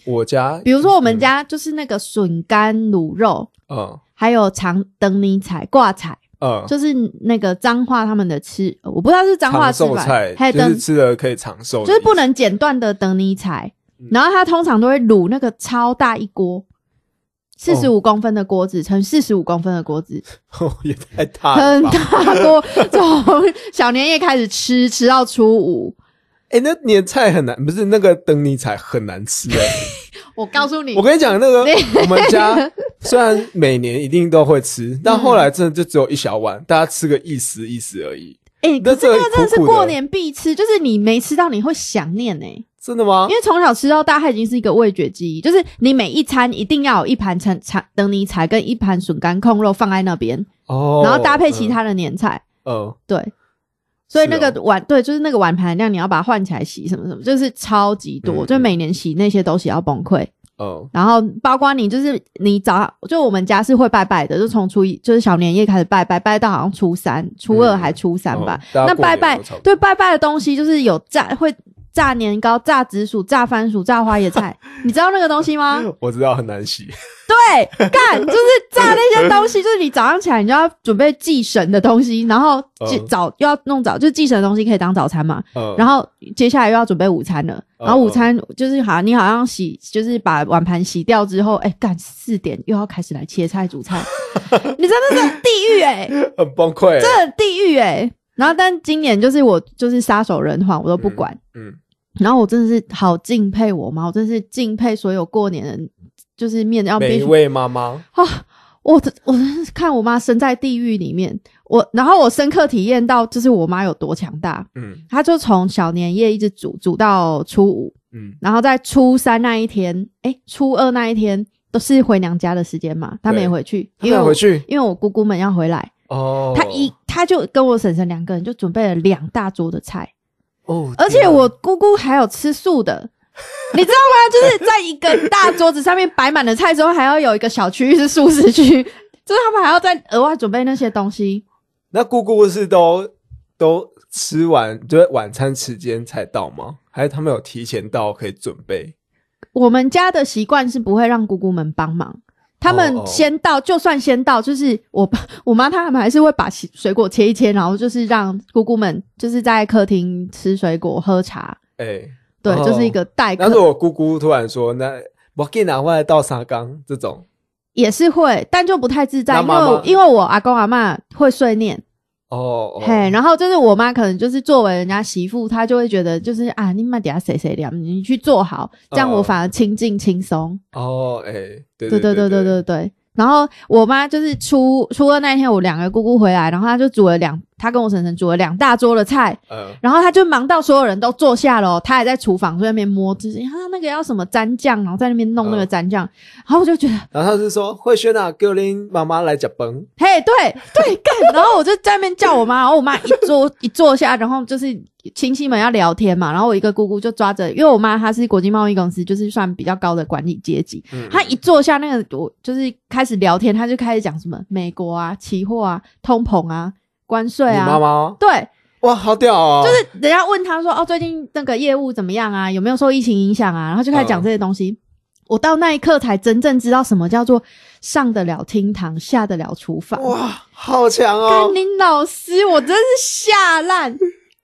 Speaker 2: 我家，
Speaker 1: 比如说我们家就是那个笋干卤肉，
Speaker 2: 嗯，
Speaker 1: 还有长等你采挂菜，
Speaker 2: 嗯嗯，
Speaker 1: 就是那个彰化他们的吃，呃我不知道是彰化
Speaker 2: 长
Speaker 1: 吃
Speaker 2: 寿
Speaker 1: 法，
Speaker 2: 菜
Speaker 1: 还有
Speaker 2: 就
Speaker 1: 等
Speaker 2: 是吃了可以长寿的意思，
Speaker 1: 就是不能剪断的等你采
Speaker 2: 嗯，哦
Speaker 1: 然后它通常都会卤那个超大一锅。四十五公分的锅子乘四十五公分的锅子，
Speaker 2: 也太大
Speaker 1: 很
Speaker 2: 了吧？
Speaker 1: 大锅， 从小年夜开始吃，吃到初五。
Speaker 2: 哎，那年菜很难，不是那个等你菜很难吃 哎。
Speaker 1: 我告诉你
Speaker 2: 我，跟你讲，那个我们 家虽然每年一定都会吃，但后
Speaker 1: 嗯
Speaker 2: 来真的就只有一小碗，大家吃个一时一时而已。
Speaker 1: 哎、
Speaker 2: 那
Speaker 1: 可是那
Speaker 2: 这
Speaker 1: 个真的是
Speaker 2: 苦苦的
Speaker 1: 过年必吃，就是你没吃到你会想念欸呢、
Speaker 2: 真的吗
Speaker 1: 因？为从小吃到大，它已经是一个味觉记忆，就是你每一餐一定要有一盘陈长等你菜跟一盘笋干控肉放在那边，
Speaker 2: 哦，
Speaker 1: 然后搭配其
Speaker 2: 嗯，
Speaker 1: 他的年菜，
Speaker 2: 嗯，
Speaker 1: 对。所以
Speaker 2: 是
Speaker 1: 那
Speaker 2: 哦
Speaker 1: 个碗、对，就是那个碗盘量，你要把它换起来洗什么什么，就是超级多，
Speaker 2: 嗯
Speaker 1: 就每年洗那些都洗到崩溃。
Speaker 2: 哦，
Speaker 1: 然后包括你，就是你早就我们家是会拜拜的，就从初一就是小年夜开始拜，拜拜到好像初三、初二还初三吧。
Speaker 2: 嗯哦大家
Speaker 1: 那
Speaker 2: 过
Speaker 1: 拜
Speaker 2: 年
Speaker 1: 拜
Speaker 2: 都差不多
Speaker 1: 对拜拜的东西，就是有炸会炸年糕、炸紫薯、炸番薯、炸花椰 菜，你知道那个东西吗？
Speaker 2: 我知道很难洗，
Speaker 1: 对，干就是炸那些东西，就是你早上起来你就要准备祭神的东西，然后祭
Speaker 2: 嗯
Speaker 1: 早又要弄早，就是祭神的东西可以当早餐嘛。
Speaker 2: 嗯，
Speaker 1: 然后接下来又要准备午餐了，
Speaker 2: 嗯
Speaker 1: 然后午餐就是好像你好像洗，就是把碗盘洗掉之后，哎、干四点又要开始来切菜煮 菜，你真的是很地狱哎、
Speaker 2: 很崩溃，
Speaker 1: 真的很地狱哎、然后但今年就是我就是撒手人寰，我都不管。
Speaker 2: 嗯，
Speaker 1: 然后我真的是好敬佩我妈，我真的是敬佩所有过年人，就是面要
Speaker 2: 每
Speaker 1: 必
Speaker 2: 一
Speaker 1: 须
Speaker 2: 位妈妈，
Speaker 1: 我我真是看我妈身在地狱里面，我然后我深刻体验到就是我妈有多强大，
Speaker 2: 嗯
Speaker 1: 她就从小年夜一直煮煮到初五，
Speaker 2: 嗯，
Speaker 1: 然后在初三那一天，哎、初二那一天都是回娘家的时间嘛，她
Speaker 2: 对
Speaker 1: 没回去，
Speaker 2: 他
Speaker 1: 因为
Speaker 2: 们
Speaker 1: 我
Speaker 2: 回去
Speaker 1: 因为我姑姑们要回来，
Speaker 2: 哦，
Speaker 1: 她一她就跟我婶婶两个人就准备了两大桌的菜，
Speaker 2: 哦，
Speaker 1: 而
Speaker 2: 天
Speaker 1: 且
Speaker 2: 啊
Speaker 1: 我姑姑还有吃素的。你知道吗？就是在一个大桌子上面摆满了菜之后，还要有一个小区域是素食区，就是他们还要再额外准备那些东西。
Speaker 2: 那姑姑是都都吃完，就是晚餐时间才到吗？还是他们有提前到可以准备？
Speaker 1: 我们家的习惯是不会让姑姑们帮忙，他
Speaker 2: 哦哦
Speaker 1: 们先到，就算先到，就是我爸我妈他们还是会把洗水果切一切，然后就是让姑姑们就是在客厅吃水果、喝茶。
Speaker 2: 哎、
Speaker 1: 对，
Speaker 2: 哦
Speaker 1: 就是一个待
Speaker 2: 但是
Speaker 1: 客，
Speaker 2: 我姑姑突然说，那我给拿回来倒沙缸这种，
Speaker 1: 也是会，但就不太自在，因
Speaker 2: 那
Speaker 1: 为
Speaker 2: 妈妈
Speaker 1: 我因为我阿公阿嬷会碎念。
Speaker 2: 哦，哦
Speaker 1: 嘿，然后就是我妈可能就是作为人家媳妇，她就会觉得就是啊，你慢点啊谁谁凉，你去做好，这样我
Speaker 2: 哦
Speaker 1: 反而亲近轻松。
Speaker 2: 哦，哎、对
Speaker 1: 对对
Speaker 2: 对
Speaker 1: 对对
Speaker 2: 对
Speaker 1: 对对。然后我妈就是初初二那一天，我两个姑姑回来，然后她就煮了两，她跟我婶婶煮了两大桌的菜，
Speaker 2: 嗯，
Speaker 1: 然后她就忙到所有人都坐下了哦，她还在厨房在那边摸，就是啊那个要什么蘸酱，然后在那边弄那个
Speaker 2: 嗯
Speaker 1: 蘸酱，然后我就觉得
Speaker 2: 然后他就说慧轩啊，给我拎妈妈来夹崩，
Speaker 1: 嘿，对对， 干！然后我就在那边叫我妈，然后我妈一坐一坐下，然后就是亲戚们要聊天嘛，然后我一个姑姑就抓着，因为我妈她是国际贸易公司，就是算比较高的管理阶级，
Speaker 2: 嗯，
Speaker 1: 她一坐下，那个我就是开始聊天，她就开始讲什么美国啊、期货啊、通膨啊、关税
Speaker 2: 你
Speaker 1: 啊，
Speaker 2: 妈妈哦
Speaker 1: 对，
Speaker 2: 哇，好屌哦，
Speaker 1: 就是人家问他说：“哦，最近那个业务怎么样啊？有没有受疫情影响啊？”然后就开始
Speaker 2: 嗯
Speaker 1: 讲这些东西。我到那一刻才真正知道什么叫做上得了厅堂，下得了厨房。
Speaker 2: 哇，好强哦
Speaker 1: 甘，霖老师，我真是吓烂，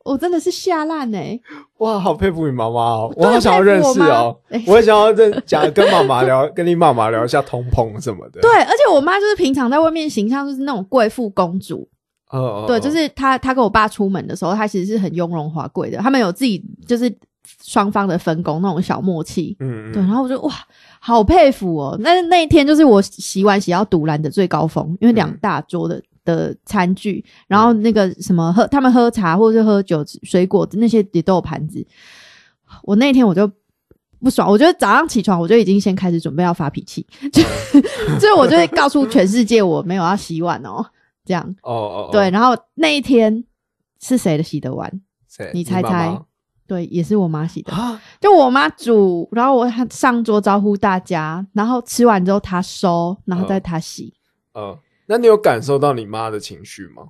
Speaker 1: 我真的是吓烂哎！
Speaker 2: 哇，好佩服你妈妈哦，
Speaker 1: 我
Speaker 2: 我好想要认识
Speaker 1: 真的很佩
Speaker 2: 哦
Speaker 1: 服我妈哎，
Speaker 2: 我也想要认讲跟妈妈聊，跟你妈妈聊一下通膨什么的，
Speaker 1: 对，，而且我妈就是平常在外面形象就是那种贵妇公主，
Speaker 2: 哦，哦
Speaker 1: 对，就是她她跟我爸出门的时候，她其实是很雍容华贵的，他们有自己就是双方的分工那种小默契。
Speaker 2: 嗯
Speaker 1: 对，
Speaker 2: 嗯，
Speaker 1: 然后我就哇，好佩服哦！那那一天就是我洗碗洗到堵拦的最高峰，因为两
Speaker 2: 嗯
Speaker 1: 大桌的。的餐具，然后那个什么喝，他们喝茶或者是喝酒、水果那些也都有盘子。我那天我就不爽，我觉得早上起床我就已经先开始准备要发脾气， 就所以我就会告诉全世界我没有要洗碗哦，这样
Speaker 2: 哦哦，哦
Speaker 1: 对。，然后那一天是谁的洗的碗？
Speaker 2: 谁
Speaker 1: 你猜
Speaker 2: 妈妈
Speaker 1: 猜对，也是我妈洗的。
Speaker 2: 啊，
Speaker 1: 就我妈煮，然后我上桌招呼大家，然后吃完之后她收，然后再她洗。
Speaker 2: 嗯，那你有感受到你妈的情绪吗？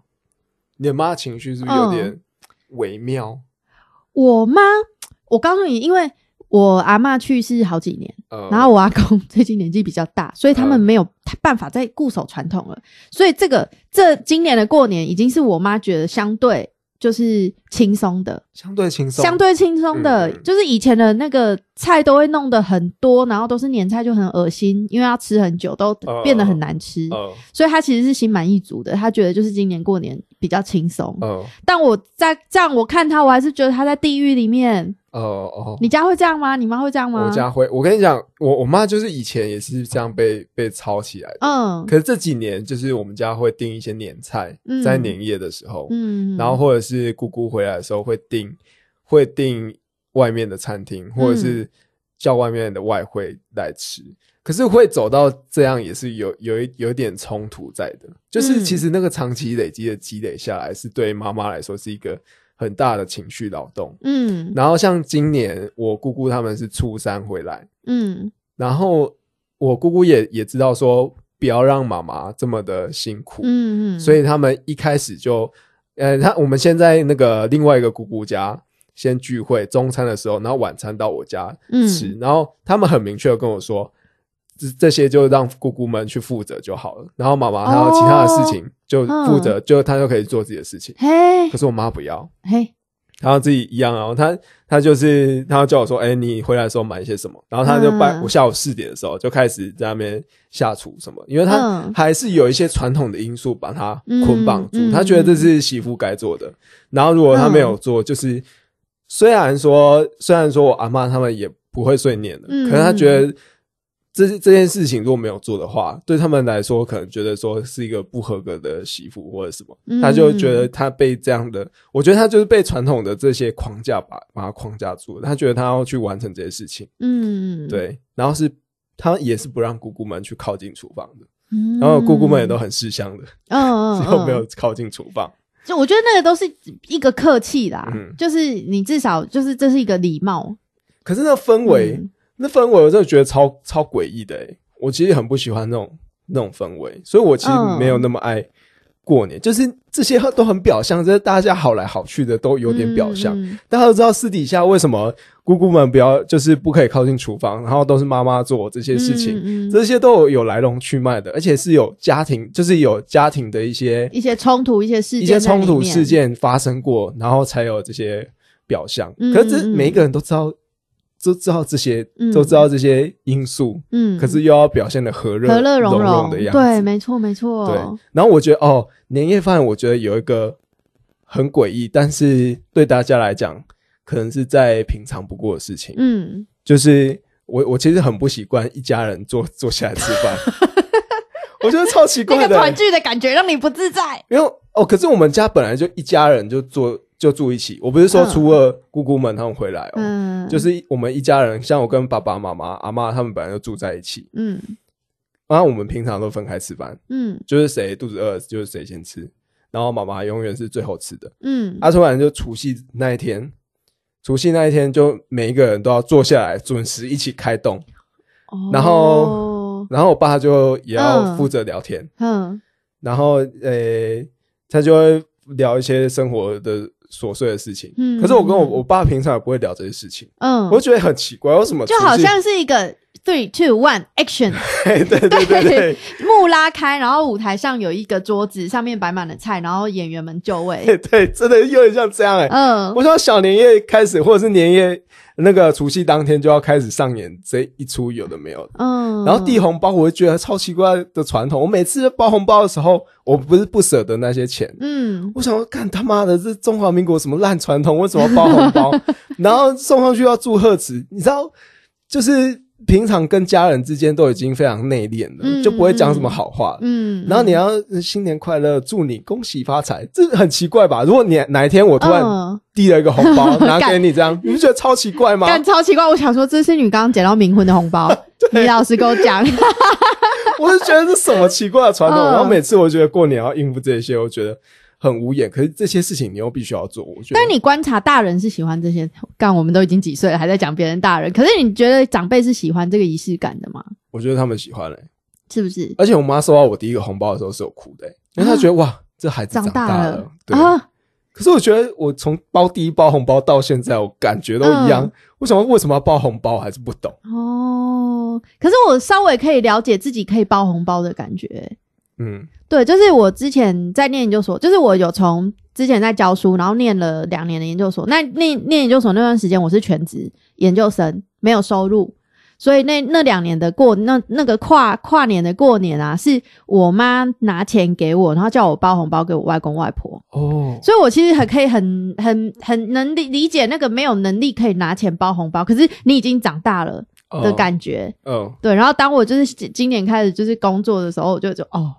Speaker 2: 你的妈的情绪是不是有点微妙？
Speaker 1: 我妈，我告诉你，因为我阿嬷去世好几年，
Speaker 2: 呃，
Speaker 1: 然后我阿公最近年纪比较大，所以他们
Speaker 2: 嗯
Speaker 1: 没有办法再固守传统了。所以这个这今年的过年已经是我妈觉得相对就是轻松的，
Speaker 2: 相对轻松，
Speaker 1: 相对轻松的，
Speaker 2: 嗯
Speaker 1: 就是以前的那个菜都会弄得很多，然后都是年菜就很恶心，因为要吃很久，都
Speaker 2: 嗯
Speaker 1: 变得很难吃。
Speaker 2: 呃
Speaker 1: 所以他其实是心满意足的，他觉得就是今年过年比较轻松。
Speaker 2: 呃
Speaker 1: 但我在这样我看他，我还是觉得他在地狱里面。
Speaker 2: 呃哦，
Speaker 1: 你家会这样吗？你妈会这样吗？
Speaker 2: 我家会，我跟你讲，我我妈就是以前也是这样被被操起来的。
Speaker 1: 嗯
Speaker 2: 可是这几年，就是我们家会订一些年菜，
Speaker 1: 嗯
Speaker 2: 在年夜的时候，
Speaker 1: 嗯，
Speaker 2: 然后或者是姑姑回来的时候会订，会订外面的餐厅，或
Speaker 1: 嗯
Speaker 2: 者是叫外面的外汇来吃。可是会走到这样，也是有有一有一点冲突在的，就是
Speaker 1: 嗯
Speaker 2: 其实那个长期累积的积累下来，是对妈妈来说是一个很大的情绪劳动。
Speaker 1: 嗯
Speaker 2: 然后像今年我姑姑他们是初三回来，
Speaker 1: 嗯
Speaker 2: 然后我姑姑也也知道说，不要让妈妈这么的辛苦，
Speaker 1: 嗯嗯，
Speaker 2: 所以他们一开始就，呃，他我们先在那个另外一个姑姑家先聚会，中餐的时候，然后晚餐到我家吃，
Speaker 1: 嗯
Speaker 2: 然后他们很明确的跟我说，这这些就让姑姑们去负责就好了，然后妈妈她有其他的事情就
Speaker 1: 哦
Speaker 2: 负责，就她就可以做自己的事情。
Speaker 1: 嘿
Speaker 2: 可是我妈不要，
Speaker 1: 嘿，
Speaker 2: 然后自己一样啊，他他就是他要叫我说，哎、你回来的时候买一些什么，然后他就拜、
Speaker 1: 嗯
Speaker 2: 我下午四点的时候就开始在那边下厨什么，因为他
Speaker 1: 嗯
Speaker 2: 还是有一些传统的因素把他捆绑住，
Speaker 1: 嗯嗯
Speaker 2: 他觉得这是媳妇该做的，然后如果他没有做，就是虽然说虽然说我阿妈他们也不会碎念的，
Speaker 1: 嗯
Speaker 2: 可是他觉得。这这件事情如果没有做的话，对他们来说可能觉得说是一个不合格的媳妇或者什么，
Speaker 1: 嗯
Speaker 2: 他就觉得他被这样的，我觉得他就是被传统的这些框架把把他框架住了，他觉得他要去完成这些事情，
Speaker 1: 嗯，
Speaker 2: 对，然后是他也是不让姑姑们去靠近厨房的，
Speaker 1: 嗯，
Speaker 2: 然后姑姑们也都很识相的，
Speaker 1: 嗯 嗯
Speaker 2: 只
Speaker 1: 嗯，
Speaker 2: 有没有靠近厨房，
Speaker 1: 就我觉得那个都是一个客气啦，
Speaker 2: 嗯
Speaker 1: 就是你至少就是这是一个礼貌。
Speaker 2: 可是那氛围，
Speaker 1: 嗯
Speaker 2: 那氛围我真的觉得超超诡异的、欸，我其实很不喜欢那种那种氛围，所以我其实
Speaker 1: 嗯
Speaker 2: 没有那么爱过年，就是这些都很表象，这大家好来好去的都有点表象。
Speaker 1: 嗯
Speaker 2: 大家都知道私底下为什么姑姑们不要，就是不可以靠近厨房，然后都是妈妈做这些事情，
Speaker 1: 嗯嗯
Speaker 2: 这些都有有来龙去脉的，而且是有家庭，就是有家庭的一些
Speaker 1: 一些冲突、一些事件、
Speaker 2: 一些冲突事，件发生过，然后才有这些表象。
Speaker 1: 嗯
Speaker 2: 可是这
Speaker 1: 嗯嗯
Speaker 2: 每一个人都知道，都知道这些，
Speaker 1: 嗯
Speaker 2: 都知道这些因素，
Speaker 1: 嗯，
Speaker 2: 可是又要表现的和乐
Speaker 1: 和乐
Speaker 2: 融
Speaker 1: 融
Speaker 2: 的样子。
Speaker 1: 对，没错，没错，
Speaker 2: 对，然后我觉得哦，年夜饭我觉得有一个很诡异，但是对大家来讲，可能是再平常不过的事情，
Speaker 1: 嗯，
Speaker 2: 就是我我其实很不习惯一家人 坐坐下来吃饭，我觉得超奇
Speaker 1: 那
Speaker 2: 怪
Speaker 1: 个
Speaker 2: 的欸、
Speaker 1: 团聚的感觉让你不自在，
Speaker 2: 因为哦，可是我们家本来就一家人就坐就住一起，我不是说
Speaker 1: 嗯
Speaker 2: 初二姑姑们他们回来哦。
Speaker 1: 嗯，
Speaker 2: 就是我们一家人，像我跟爸爸妈妈、阿妈他们本来就住在一起，
Speaker 1: 嗯
Speaker 2: 然后我们平常都分开吃饭，
Speaker 1: 嗯
Speaker 2: 就是谁肚子饿就是谁先吃，然后妈妈永远是最后吃的。
Speaker 1: 嗯，
Speaker 2: 啊，突然就除夕那一天，除夕那一天就每一个人都要坐下来，准时一起开动。
Speaker 1: 哦
Speaker 2: 然后然后我爸就也要
Speaker 1: 嗯
Speaker 2: 负责聊天，
Speaker 1: 嗯
Speaker 2: 然后呃、他就会聊一些生活的琐碎的事情。
Speaker 1: 嗯
Speaker 2: 可是我跟我
Speaker 1: 嗯
Speaker 2: 我爸平常也不会聊这些事情，
Speaker 1: 嗯
Speaker 2: 我，觉得很奇怪，为什么
Speaker 1: 就
Speaker 2: 除
Speaker 1: 好
Speaker 2: 夕
Speaker 1: 像是一个 three two one action，
Speaker 2: 对对对对对
Speaker 1: 幕拉开，然后舞台上有一个桌子，上面摆满了菜，然后演员们就位。
Speaker 2: 对对，真的有点像这样哎、
Speaker 1: 嗯，
Speaker 2: 我想小年夜开始，或者是年夜那个除夕当天就要开始上演这一出有的没有的。
Speaker 1: 嗯，
Speaker 2: 然后递红包，我就觉得超奇怪的传统。我每次包红包的时候，我不是不舍得那些钱，
Speaker 1: 嗯
Speaker 2: 我想说，干他妈的，这中华民国什么烂传统？为什么要包红包？ 然后送上去要祝贺词，你知道，就是平常跟家人之间都已经非常内敛了，
Speaker 1: 嗯
Speaker 2: 就不会讲什么好话。
Speaker 1: 嗯，
Speaker 2: 然后你要呃新年快乐，祝你恭喜发财，这很奇怪吧？如果你哪一天我突然
Speaker 1: 嗯
Speaker 2: 递了一个红包拿给
Speaker 1: 干
Speaker 2: 你，这样你不觉得超奇怪吗？
Speaker 1: 但超奇怪，我想说，这是你刚刚捡到冥婚的红 包，你老实跟我讲，
Speaker 2: 我就觉得这什么奇怪的传统。
Speaker 1: 嗯
Speaker 2: 然后每次我觉得过年要应付这些，我觉得很无眼。可是这些事情你又必须要做，我觉得。
Speaker 1: 但你观察大人是喜欢这些，干我们都已经几岁了，还在讲别人大人，可是你觉得长辈是喜欢这个仪式感的吗？
Speaker 2: 我觉得他们喜欢嘞、欸
Speaker 1: 是不是？
Speaker 2: 而且我妈收到我第一个红包的时候是有哭的欸、因为她觉得、哇，这孩子
Speaker 1: 啊呃长
Speaker 2: 大
Speaker 1: 大
Speaker 2: 了。
Speaker 1: 了
Speaker 2: 对、
Speaker 1: 啊，
Speaker 2: 可是我觉得我从包第一包红包到现在，我感觉都一样。
Speaker 1: 嗯
Speaker 2: 为什么为什么要包红包，我还是不懂。
Speaker 1: 哦，可是我稍微可以了解自己可以包红包的感觉、
Speaker 2: 嗯
Speaker 1: 对，就是我之前在念研究所，就是我有从之前在教书，然后念了两年的研究所。那念念研究所那段时间，我是全职研究生，没有收入，所以那那两年的过那那个跨跨年的过年啊，是我妈拿钱给我，然后叫我包红包给我外公外婆。
Speaker 2: 哦，
Speaker 1: 所以我其实很可以很很很能理理解那个没有能力可以拿钱包红包，可是你已经长大了的感觉。
Speaker 2: 哦
Speaker 1: 对，然后当我就是今今年开始就是工作的时候，我就就哦，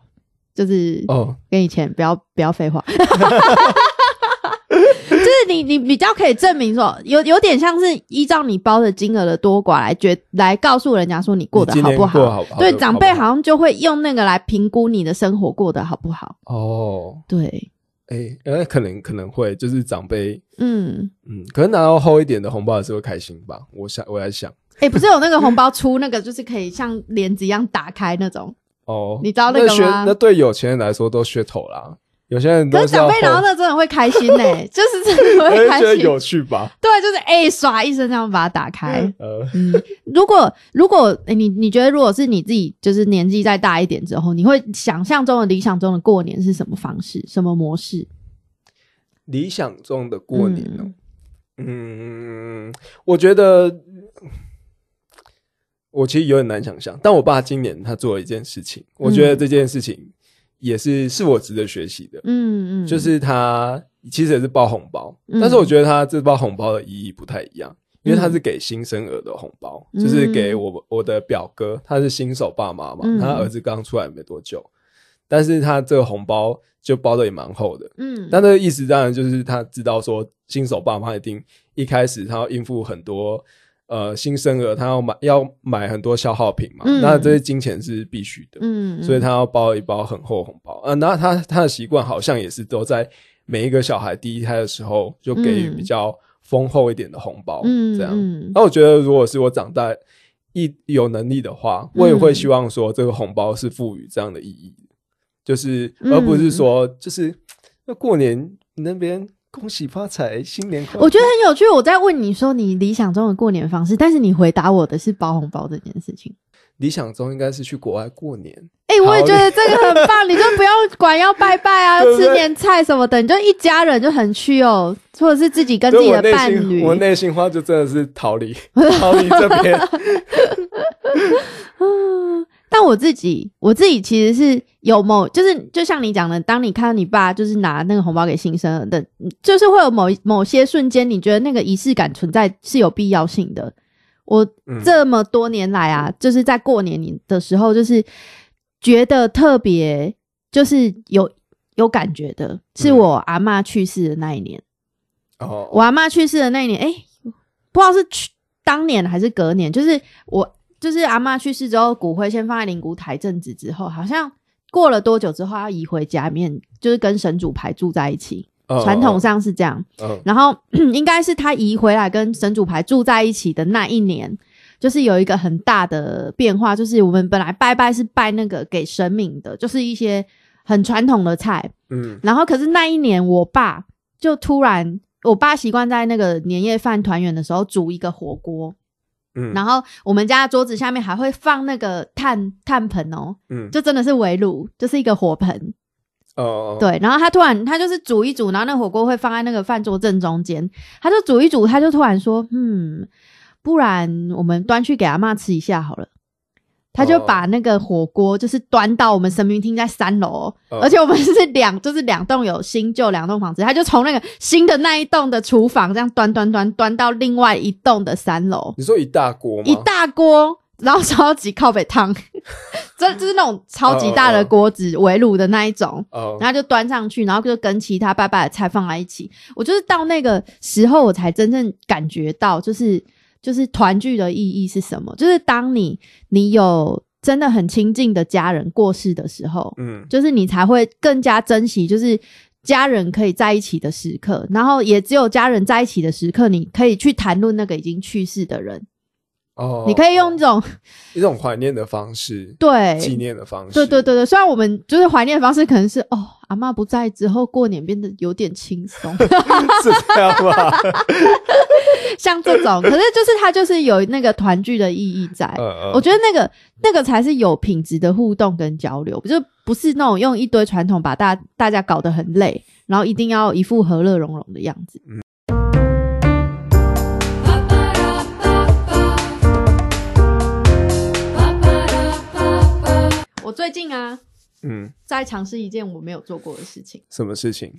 Speaker 1: 就是
Speaker 2: 哦
Speaker 1: 跟以前不要不要 废话， 就是你你比较可以证明说，有有点像是依照你包的金额的多寡来决来告诉人家说你过得
Speaker 2: 你今
Speaker 1: 好
Speaker 2: 年
Speaker 1: 不好。
Speaker 2: 过好不好
Speaker 1: 对
Speaker 2: 好不
Speaker 1: 长辈
Speaker 2: 好
Speaker 1: 好像就会用那个来评估你的生活过得好不好。
Speaker 2: 哦，
Speaker 1: 对，
Speaker 2: 哎、呃可能可能会就是长辈。
Speaker 1: 嗯，
Speaker 2: 嗯，可能拿到厚一点的红包还是会开心吧。我想，我在想，
Speaker 1: 哎、不是有那个红包出那个，就是可以像帘子一样打开那种。
Speaker 2: 哦，
Speaker 1: 你知道那个
Speaker 2: 学
Speaker 1: 吗
Speaker 2: 那对有钱人来说都噱头啦，有些人
Speaker 1: 可
Speaker 2: 都
Speaker 1: 是
Speaker 2: 是
Speaker 1: 长
Speaker 2: 要
Speaker 1: 辈拿到那真的会开心呢、 就是真的
Speaker 2: 我
Speaker 1: 会
Speaker 2: 就
Speaker 1: 开
Speaker 2: 觉得
Speaker 1: 心。
Speaker 2: 有趣吧。
Speaker 1: 对，就是哎、唰一声这样把它打开。
Speaker 2: 呃，
Speaker 1: 嗯，如果如果、哎你你觉得如果是你自己，就是年纪再大一点之后，你会想象中的理想中的过年是什么方式、什么模式？
Speaker 2: 理想中的过年哦，嗯，我觉得我其实有点难想象，但我爸今年他做了一件事情，我觉得这件事情也是是我值得学习的，
Speaker 1: 嗯嗯，
Speaker 2: 就是他其实也是包红包，
Speaker 1: 嗯
Speaker 2: 但是我觉得他这包红包的意义不太一样，因为他是给新生儿的红包，
Speaker 1: 嗯
Speaker 2: 就是给我我的表哥，他是新手爸妈嘛，
Speaker 1: 嗯
Speaker 2: 他儿子刚出来没多久，但是他这个红包就包的也蛮厚的，
Speaker 1: 嗯，
Speaker 2: 但这个意思当然就是他知道说新手爸妈一定一开始他要应付很多。呃，新生儿他要买要买很多消耗品嘛，
Speaker 1: 嗯
Speaker 2: 那这些金钱是必须的。
Speaker 1: 嗯，
Speaker 2: 所以他要包一包很厚的红包。啊，那他他的习惯好像也是都在每一个小孩第一胎的时候就给予
Speaker 1: 嗯
Speaker 2: 比较丰厚一点的红包，
Speaker 1: 嗯
Speaker 2: 这样。
Speaker 1: 嗯
Speaker 2: 那我觉得，如果是我长大一有能力的话，
Speaker 1: 嗯
Speaker 2: 我也会希望说这个红包是赋予这样的意义，就是
Speaker 1: 嗯
Speaker 2: 而不是说就是那过年那边恭喜发财，新年快乐。
Speaker 1: 我觉得很有趣。我在问你说你理想中的过年方式，但是你回答我的是包红包这件事情。
Speaker 2: 理想中应该是去国外过年，
Speaker 1: 哎、我也觉得这个很棒，你就不用管要拜拜啊、
Speaker 2: 对不对
Speaker 1: 吃年菜什么的，你就一家人就很去哦，或者是自己跟自
Speaker 2: 对
Speaker 1: 己
Speaker 2: 我
Speaker 1: 的
Speaker 2: 内
Speaker 1: 伴
Speaker 2: 心，
Speaker 1: 侣。
Speaker 2: 我内心话就真的是 逃离逃离这边。
Speaker 1: 嗯但我自己，我自己其实是有某，就是就像你讲的，当你看到你爸就是拿那个红包给新生儿的，嗯就是会有某某些瞬间，你觉得那个仪式感存在是有必要性的。我
Speaker 2: 嗯
Speaker 1: 这么多年来啊，就是在过年的时候，就是觉得特别，就是有有感觉的，是
Speaker 2: 嗯
Speaker 1: 我阿嬷去世的那一年。
Speaker 2: 哦，
Speaker 1: 我阿妈去世的那一年，哎、不知道是去当年还是隔年，就是我就是阿妈去世之后，骨灰先放在灵骨台阵子之后，好像过了多久之后要移回家里面，就是跟神主牌住在一起，
Speaker 2: 嗯
Speaker 1: 传统，上是这样。
Speaker 2: 嗯
Speaker 1: 然后应该是他移回来跟神主牌住在一起的那一年，就是有一个很大的变化，就是我们本来拜拜是拜那个给神明的，就是一些很传统的菜，
Speaker 2: 嗯
Speaker 1: 然后可是那一年，我爸就突然，我爸习惯在那个年夜饭团圆的时候煮一个火锅，
Speaker 2: 嗯，
Speaker 1: 然后我们家桌子下面还会放那个炭炭盆哦，
Speaker 2: 嗯
Speaker 1: 就真的是围炉，就是一个火盆。
Speaker 2: 哦，
Speaker 1: 对，然后他突然他就是煮一煮，然后那火锅会放在那个饭桌正中间，他就煮一煮，他就突然说，嗯，不然我们端去给阿妈吃一下好了。他就
Speaker 2: 哦
Speaker 1: 把那个火锅就是端到我们神明厅在三楼哦、
Speaker 2: 哦
Speaker 1: 而且我们是两就是两栋有新旧两栋房子，他就从那个新的那一栋的厨房这样端端端端到另外一栋的三楼，
Speaker 2: 你说一大锅吗？
Speaker 1: 一大锅，然后超级靠北汤， 这就是那种超级大
Speaker 2: 哦
Speaker 1: 的
Speaker 2: 哦哦
Speaker 1: 锅子围炉的那一种。
Speaker 2: 哦，
Speaker 1: 然后就端上去，然后就跟其他拜拜的菜放在一起。我就是到那个时候，我才真正感觉到，就是就是团聚的意义是什么。就是当你你有真的很亲近的家人过世的时候，
Speaker 2: 嗯
Speaker 1: 就是你才会更加珍惜，就是家人可以在一起的时刻。然后也只有家人在一起的时刻，你可以去谈论那个已经去世的人，
Speaker 2: 哦，
Speaker 1: 你可以用这种
Speaker 2: 一种怀念的方式，
Speaker 1: 对
Speaker 2: 纪念的方式，
Speaker 1: 对对对对，虽然我们就是怀念的方式可能是哦，阿妈不在之后过年变得有点轻松，
Speaker 2: 是这样吧？
Speaker 1: 像这种，可是就是它就是有那个团聚的意义在。
Speaker 2: 嗯嗯
Speaker 1: 我觉得那个那个才是有品质的互动跟交流，就不是那种用一堆传统把大大家搞得很累，然后一定要一副和乐融融的样子。我最近啊，
Speaker 2: 嗯，
Speaker 1: 在尝试一件我没有做过的事情，
Speaker 2: 什么事情？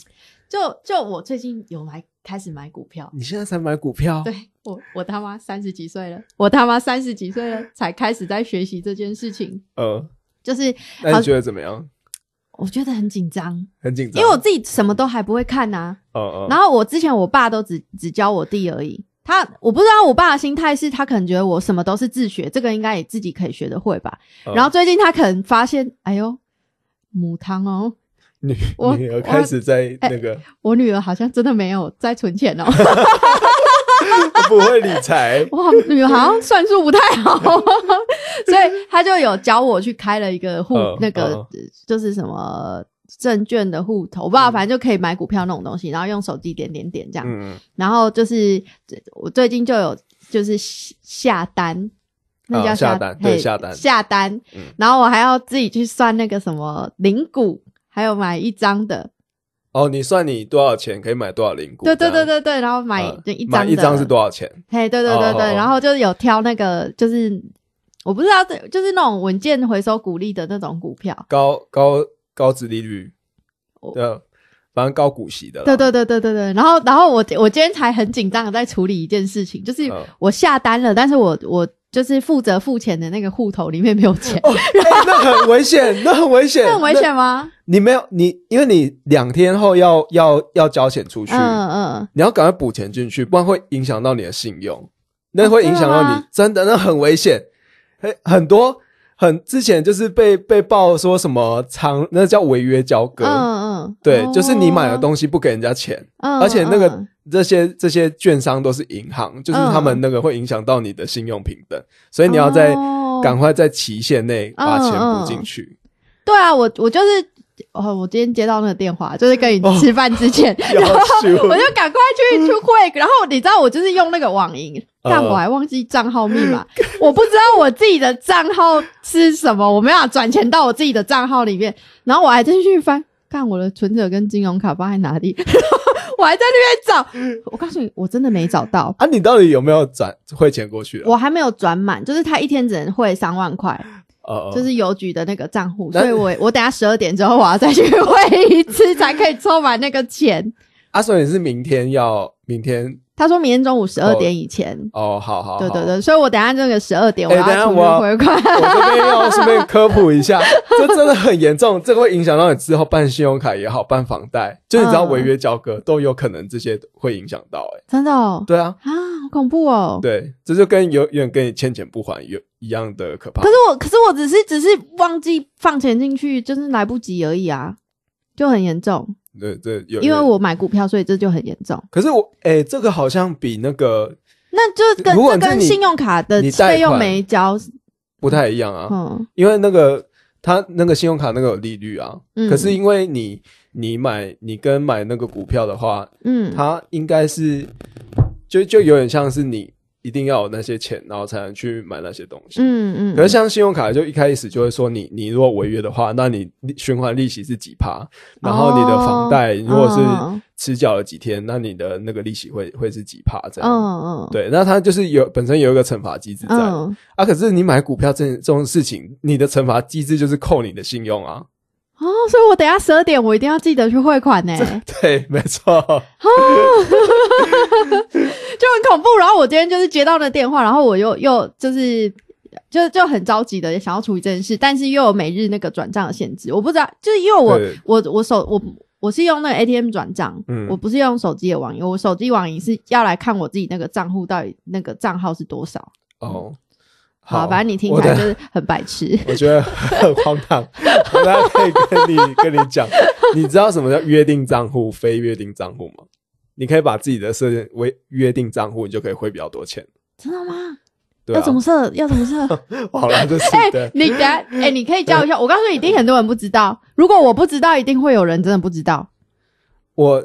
Speaker 1: 就就我最近有买开始买股票。
Speaker 2: 你现在才买股票？
Speaker 1: 对我，我他妈三十几岁了，我他妈三十几岁了才开始在学习这件事情，
Speaker 2: 呃，
Speaker 1: 就是
Speaker 2: 那
Speaker 1: 好
Speaker 2: 你觉得怎么样？
Speaker 1: 我觉得很紧张，
Speaker 2: 很紧张，
Speaker 1: 因为我自己什么都还不会看呐、
Speaker 2: 呃呃，
Speaker 1: 然后我之前我爸都只只教我弟而已，他我不知道我爸的心态是他可能觉得我什么都是自学，这个应该也自己可以学得会吧。
Speaker 2: 嗯
Speaker 1: 然后最近他可能发现，哎呦，母汤哦，
Speaker 2: 女
Speaker 1: 我哎
Speaker 2: 女儿开始在那个
Speaker 1: 我女儿好像真的没有在存钱哦。
Speaker 2: 我不会理财，
Speaker 1: 哇，你好像算术不太好， 所以他就有教我去开了一个户，
Speaker 2: 嗯
Speaker 1: 那个、就是什么证券的户头，我不知道，反正就可以买股票那种东西，然后用手机点点点这样。
Speaker 2: 嗯，
Speaker 1: 然后就是我最近就有就是下单，那叫
Speaker 2: 啊下单对
Speaker 1: 嘿
Speaker 2: 下单
Speaker 1: 下单
Speaker 2: 嗯。
Speaker 1: 然后我还要自己去算那个什么零股，还有买一张的，
Speaker 2: 哦，你算你多少钱可以买多少零股？
Speaker 1: 对对
Speaker 2: 这
Speaker 1: 对
Speaker 2: 样，
Speaker 1: 对对，然后买
Speaker 2: 嗯
Speaker 1: 就一
Speaker 2: 买
Speaker 1: 张的，
Speaker 2: 一张是多少钱？
Speaker 1: 嘿，对对对对，
Speaker 2: 哦哦哦
Speaker 1: 然后就是有挑那个，就是我不知道，就是那种稳健回收股利的那种股票。
Speaker 2: 高高高值利率
Speaker 1: 我，
Speaker 2: 对，反正高股息的啦，
Speaker 1: 哦对对对对对对，然后然后我我今天才很紧张的在处理一件事情，就是
Speaker 2: 嗯
Speaker 1: 我下单了，但是我我就是负责付钱的那个户头里面没有钱，
Speaker 2: 哦，哎那很危险，那很 危险，
Speaker 1: 这很危
Speaker 2: 那。
Speaker 1: 险吗？
Speaker 2: 你没有你，因为你两天后要要要交钱出去，
Speaker 1: 嗯嗯，
Speaker 2: 你要赶快补钱进去，不然会影响到你的信用，那会影响到
Speaker 1: 哦啊
Speaker 2: 你，真的那很危险。很很多很之前就是被被爆说什么藏，那叫违约交割，
Speaker 1: 嗯嗯，
Speaker 2: 对，就是你买了
Speaker 1: 西，
Speaker 2: 东西不给人家钱，
Speaker 1: 嗯
Speaker 2: 而且那个
Speaker 1: 嗯
Speaker 2: 这些这些券商都是银行，就是他们那个会影响到你的信用平等，所以你要在
Speaker 1: 哦
Speaker 2: 赶快在期限内把钱
Speaker 1: 嗯嗯
Speaker 2: 补进去。
Speaker 1: 对啊，我我就是哦，我今天接到那个电话，就是跟你吃饭之前，
Speaker 2: 哦 要
Speaker 1: 我
Speaker 2: 修
Speaker 1: 就赶快去去会，然后你知道我就是用那个网银，
Speaker 2: 嗯
Speaker 1: 但我还忘记账号密码，我不知道我自己的账号是什么，我没办法转钱到我自己的账号里面，然后我还真去翻，看我的存折跟金融卡放在哪里， 然后我还在那边找，我告诉你，我真的没找到。
Speaker 2: 啊！你到底有没有转汇钱过去啊？
Speaker 1: 我还没有转满，就是他一天只能汇三万块，
Speaker 2: 呃，
Speaker 1: 就是邮局的那个账户，
Speaker 2: 那
Speaker 1: 所以 我我等下十二点之后我要再去汇一次，才可以抽满那个钱。
Speaker 2: 阿啊所以你是明天要明天
Speaker 1: 他说明天中午十二
Speaker 2: 哦
Speaker 1: 点以前
Speaker 2: 哦，好好，
Speaker 1: 对
Speaker 2: 好
Speaker 1: 对，对，所以我等一下那个十二点我
Speaker 2: 哎
Speaker 1: 要
Speaker 2: 等一下
Speaker 1: 出去
Speaker 2: 我要
Speaker 1: 回 款。
Speaker 2: 我这边 要顺便科普一下，这真的很严重，这个会影响到你之后办信用卡也好，办房贷，就你只要违约交割、都有可能这些会影响到、欸。哎，
Speaker 1: 真的哦，
Speaker 2: 对啊，
Speaker 1: 啊，好恐怖哦。
Speaker 2: 对，这就跟有有点跟你欠钱不还有一样的可怕
Speaker 1: 可。是我，可是我只是只是忘记放钱进去，就是来不及而已啊，就很严重。
Speaker 2: 对对，有
Speaker 1: 因为
Speaker 2: 有
Speaker 1: 我买股票，所以这就很严重。
Speaker 2: 可是我哎、这个好像比那个
Speaker 1: 那就跟
Speaker 2: 如果
Speaker 1: 这
Speaker 2: 是
Speaker 1: 跟
Speaker 2: 你
Speaker 1: 信用卡的
Speaker 2: 你贷款
Speaker 1: 费用没交，
Speaker 2: 不太一样啊，
Speaker 1: 嗯
Speaker 2: 因为那个它那个信用卡那个有利率啊，
Speaker 1: 嗯
Speaker 2: 可是因为你你买你跟买那个股票的话，
Speaker 1: 嗯，
Speaker 2: 它应该是就就有点像是你一定要有那些钱，然后才能去买那些东西。
Speaker 1: 嗯嗯，
Speaker 2: 可是像信用卡，就一开始就会说你你如果违约的话，那你利循环利息是几趴，然后你的房贷如果是
Speaker 1: 嗯
Speaker 2: 迟缴了几天，那你的那个利息会会是几趴这样。
Speaker 1: 嗯嗯，
Speaker 2: 对，那它就是有本身有一个惩罚机制在、
Speaker 1: 嗯，
Speaker 2: 啊，可是你买股票这这种事情，你的惩罚机制就是扣你的信用啊。
Speaker 1: 哦，所以我等一下十二点我一定要记得去汇款呢，
Speaker 2: 对，没 错。
Speaker 1: 就很恐怖。然后我今天就是接到那电话，然后我又又就是就就很着急的想要处理这件事，但是又有每日那个转账的限制，我不知道，就是因为 我
Speaker 2: 对
Speaker 1: 我我手我。我是用那个 ATM 转账，
Speaker 2: 嗯
Speaker 1: 我不是用手机的网银，我手机网银是要来看我自己那个账户到底那个账号是多少。
Speaker 2: 哦，
Speaker 1: 好，反正你听
Speaker 2: 我
Speaker 1: 起来
Speaker 2: 等
Speaker 1: 就是很白痴。
Speaker 2: 我觉得很荒唐， 我大家可以跟你跟你讲，你知道什么叫约定账户、非约定账户吗？你可以把自己的设定为约定账户，你就可以汇比较多钱。
Speaker 1: 真的吗？
Speaker 2: 对
Speaker 1: 要
Speaker 2: 啊
Speaker 1: 怎，么设？要怎么设？
Speaker 2: 好了，就是
Speaker 1: 哎、
Speaker 2: 对，
Speaker 1: 你等下，哎、你可以教一下。我告诉你，一定很多人不知道。如果我不知道，一定会有人真的不知道。
Speaker 2: 我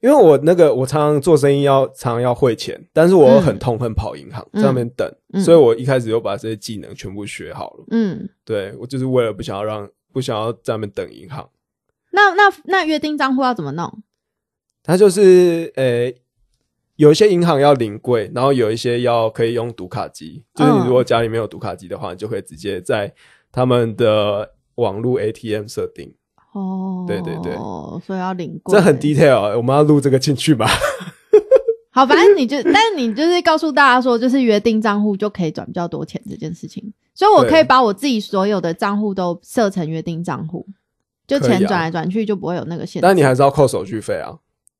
Speaker 2: 因为我那个我常常做生意要常常要汇钱，但是我又很痛恨跑银行、
Speaker 1: 嗯
Speaker 2: 在那边等，
Speaker 1: 嗯
Speaker 2: 所以我一开始就把这些技能全部学好了。
Speaker 1: 嗯，
Speaker 2: 对我就是为了不想要让不想要在那边等银行。
Speaker 1: 那那那约定账户要怎么弄？
Speaker 2: 它就是呃，有一些银行要临柜，然后有一些要可以用读卡机，就是你
Speaker 1: 嗯
Speaker 2: 如果家里没有读卡机的话，你就可以直接在他们的网络 ATM 设定。
Speaker 1: 哦，
Speaker 2: 对对对
Speaker 1: 所以要领过，
Speaker 2: 这很。detail，啊我们要录这个 进去吧？
Speaker 1: 好，反正你就， 但是你就是告诉大家说，就是约定账户就可以转比较多钱这件事情。所以我
Speaker 2: 对
Speaker 1: 可以把我自己所有的账户都设成约定账户，就
Speaker 2: 可以
Speaker 1: 钱
Speaker 2: 啊
Speaker 1: 转来转去就不会有那个限制。
Speaker 2: 但你还是要扣手续费啊。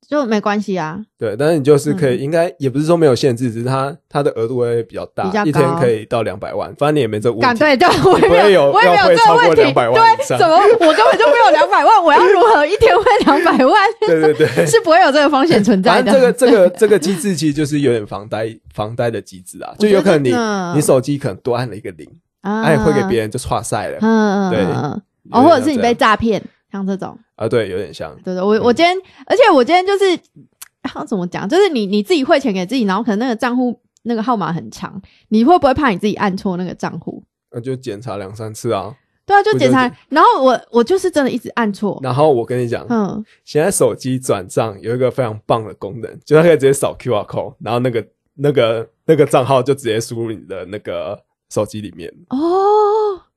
Speaker 1: 就没关系啊。
Speaker 2: 对，但是你就是可以，
Speaker 1: 嗯
Speaker 2: 应该也不是说没有限制，只是它它的额度会比较大，
Speaker 1: 比较
Speaker 2: 一天
Speaker 1: 高
Speaker 2: 可以到两百万，反正你也没这问
Speaker 1: 敢
Speaker 2: 题。
Speaker 1: 对对，我也
Speaker 2: 不会
Speaker 1: 没
Speaker 2: 有
Speaker 1: 我也没
Speaker 2: 要
Speaker 1: 有
Speaker 2: 会
Speaker 1: 这
Speaker 2: 超
Speaker 1: 个
Speaker 2: 过
Speaker 1: 问题。
Speaker 2: 200万以
Speaker 1: 对，
Speaker 2: 上
Speaker 1: 怎么我根本就没有两百万？我要如何一天会两百万？
Speaker 2: 对对对，
Speaker 1: 是不会有这个风险存在
Speaker 2: 反
Speaker 1: 的。
Speaker 2: 正这个这个这个机制其实就是有点房贷房贷的机制啊，就有可能
Speaker 1: 我
Speaker 2: 你
Speaker 1: 觉得嗯
Speaker 2: 你手机可能多按了一个零，
Speaker 1: 啊
Speaker 2: 哎，会给别人就岔赛了
Speaker 1: 嗯嗯嗯
Speaker 2: 对
Speaker 1: 嗯嗯，哦，或者是你被诈骗，像这种。
Speaker 2: 啊，对，有点像，
Speaker 1: 对对，我我今天，而且我今天就是，要怎么讲？就是你你自己汇钱给自己，然后可能那个账户那个号码很长，你会不会怕你自己按错那个账户？
Speaker 2: 那就检查两三次啊。
Speaker 1: 对啊，就
Speaker 2: 我
Speaker 1: 检查
Speaker 2: 了解。
Speaker 1: 然后我我就是真的一直按错，
Speaker 2: 然后我跟你讲，
Speaker 1: 嗯，
Speaker 2: 现在手机转账有一个非常棒的功能，就它可以直接扫 QR code，然后那个那个那个账号就直接输入你的那个手机里面，
Speaker 1: 哦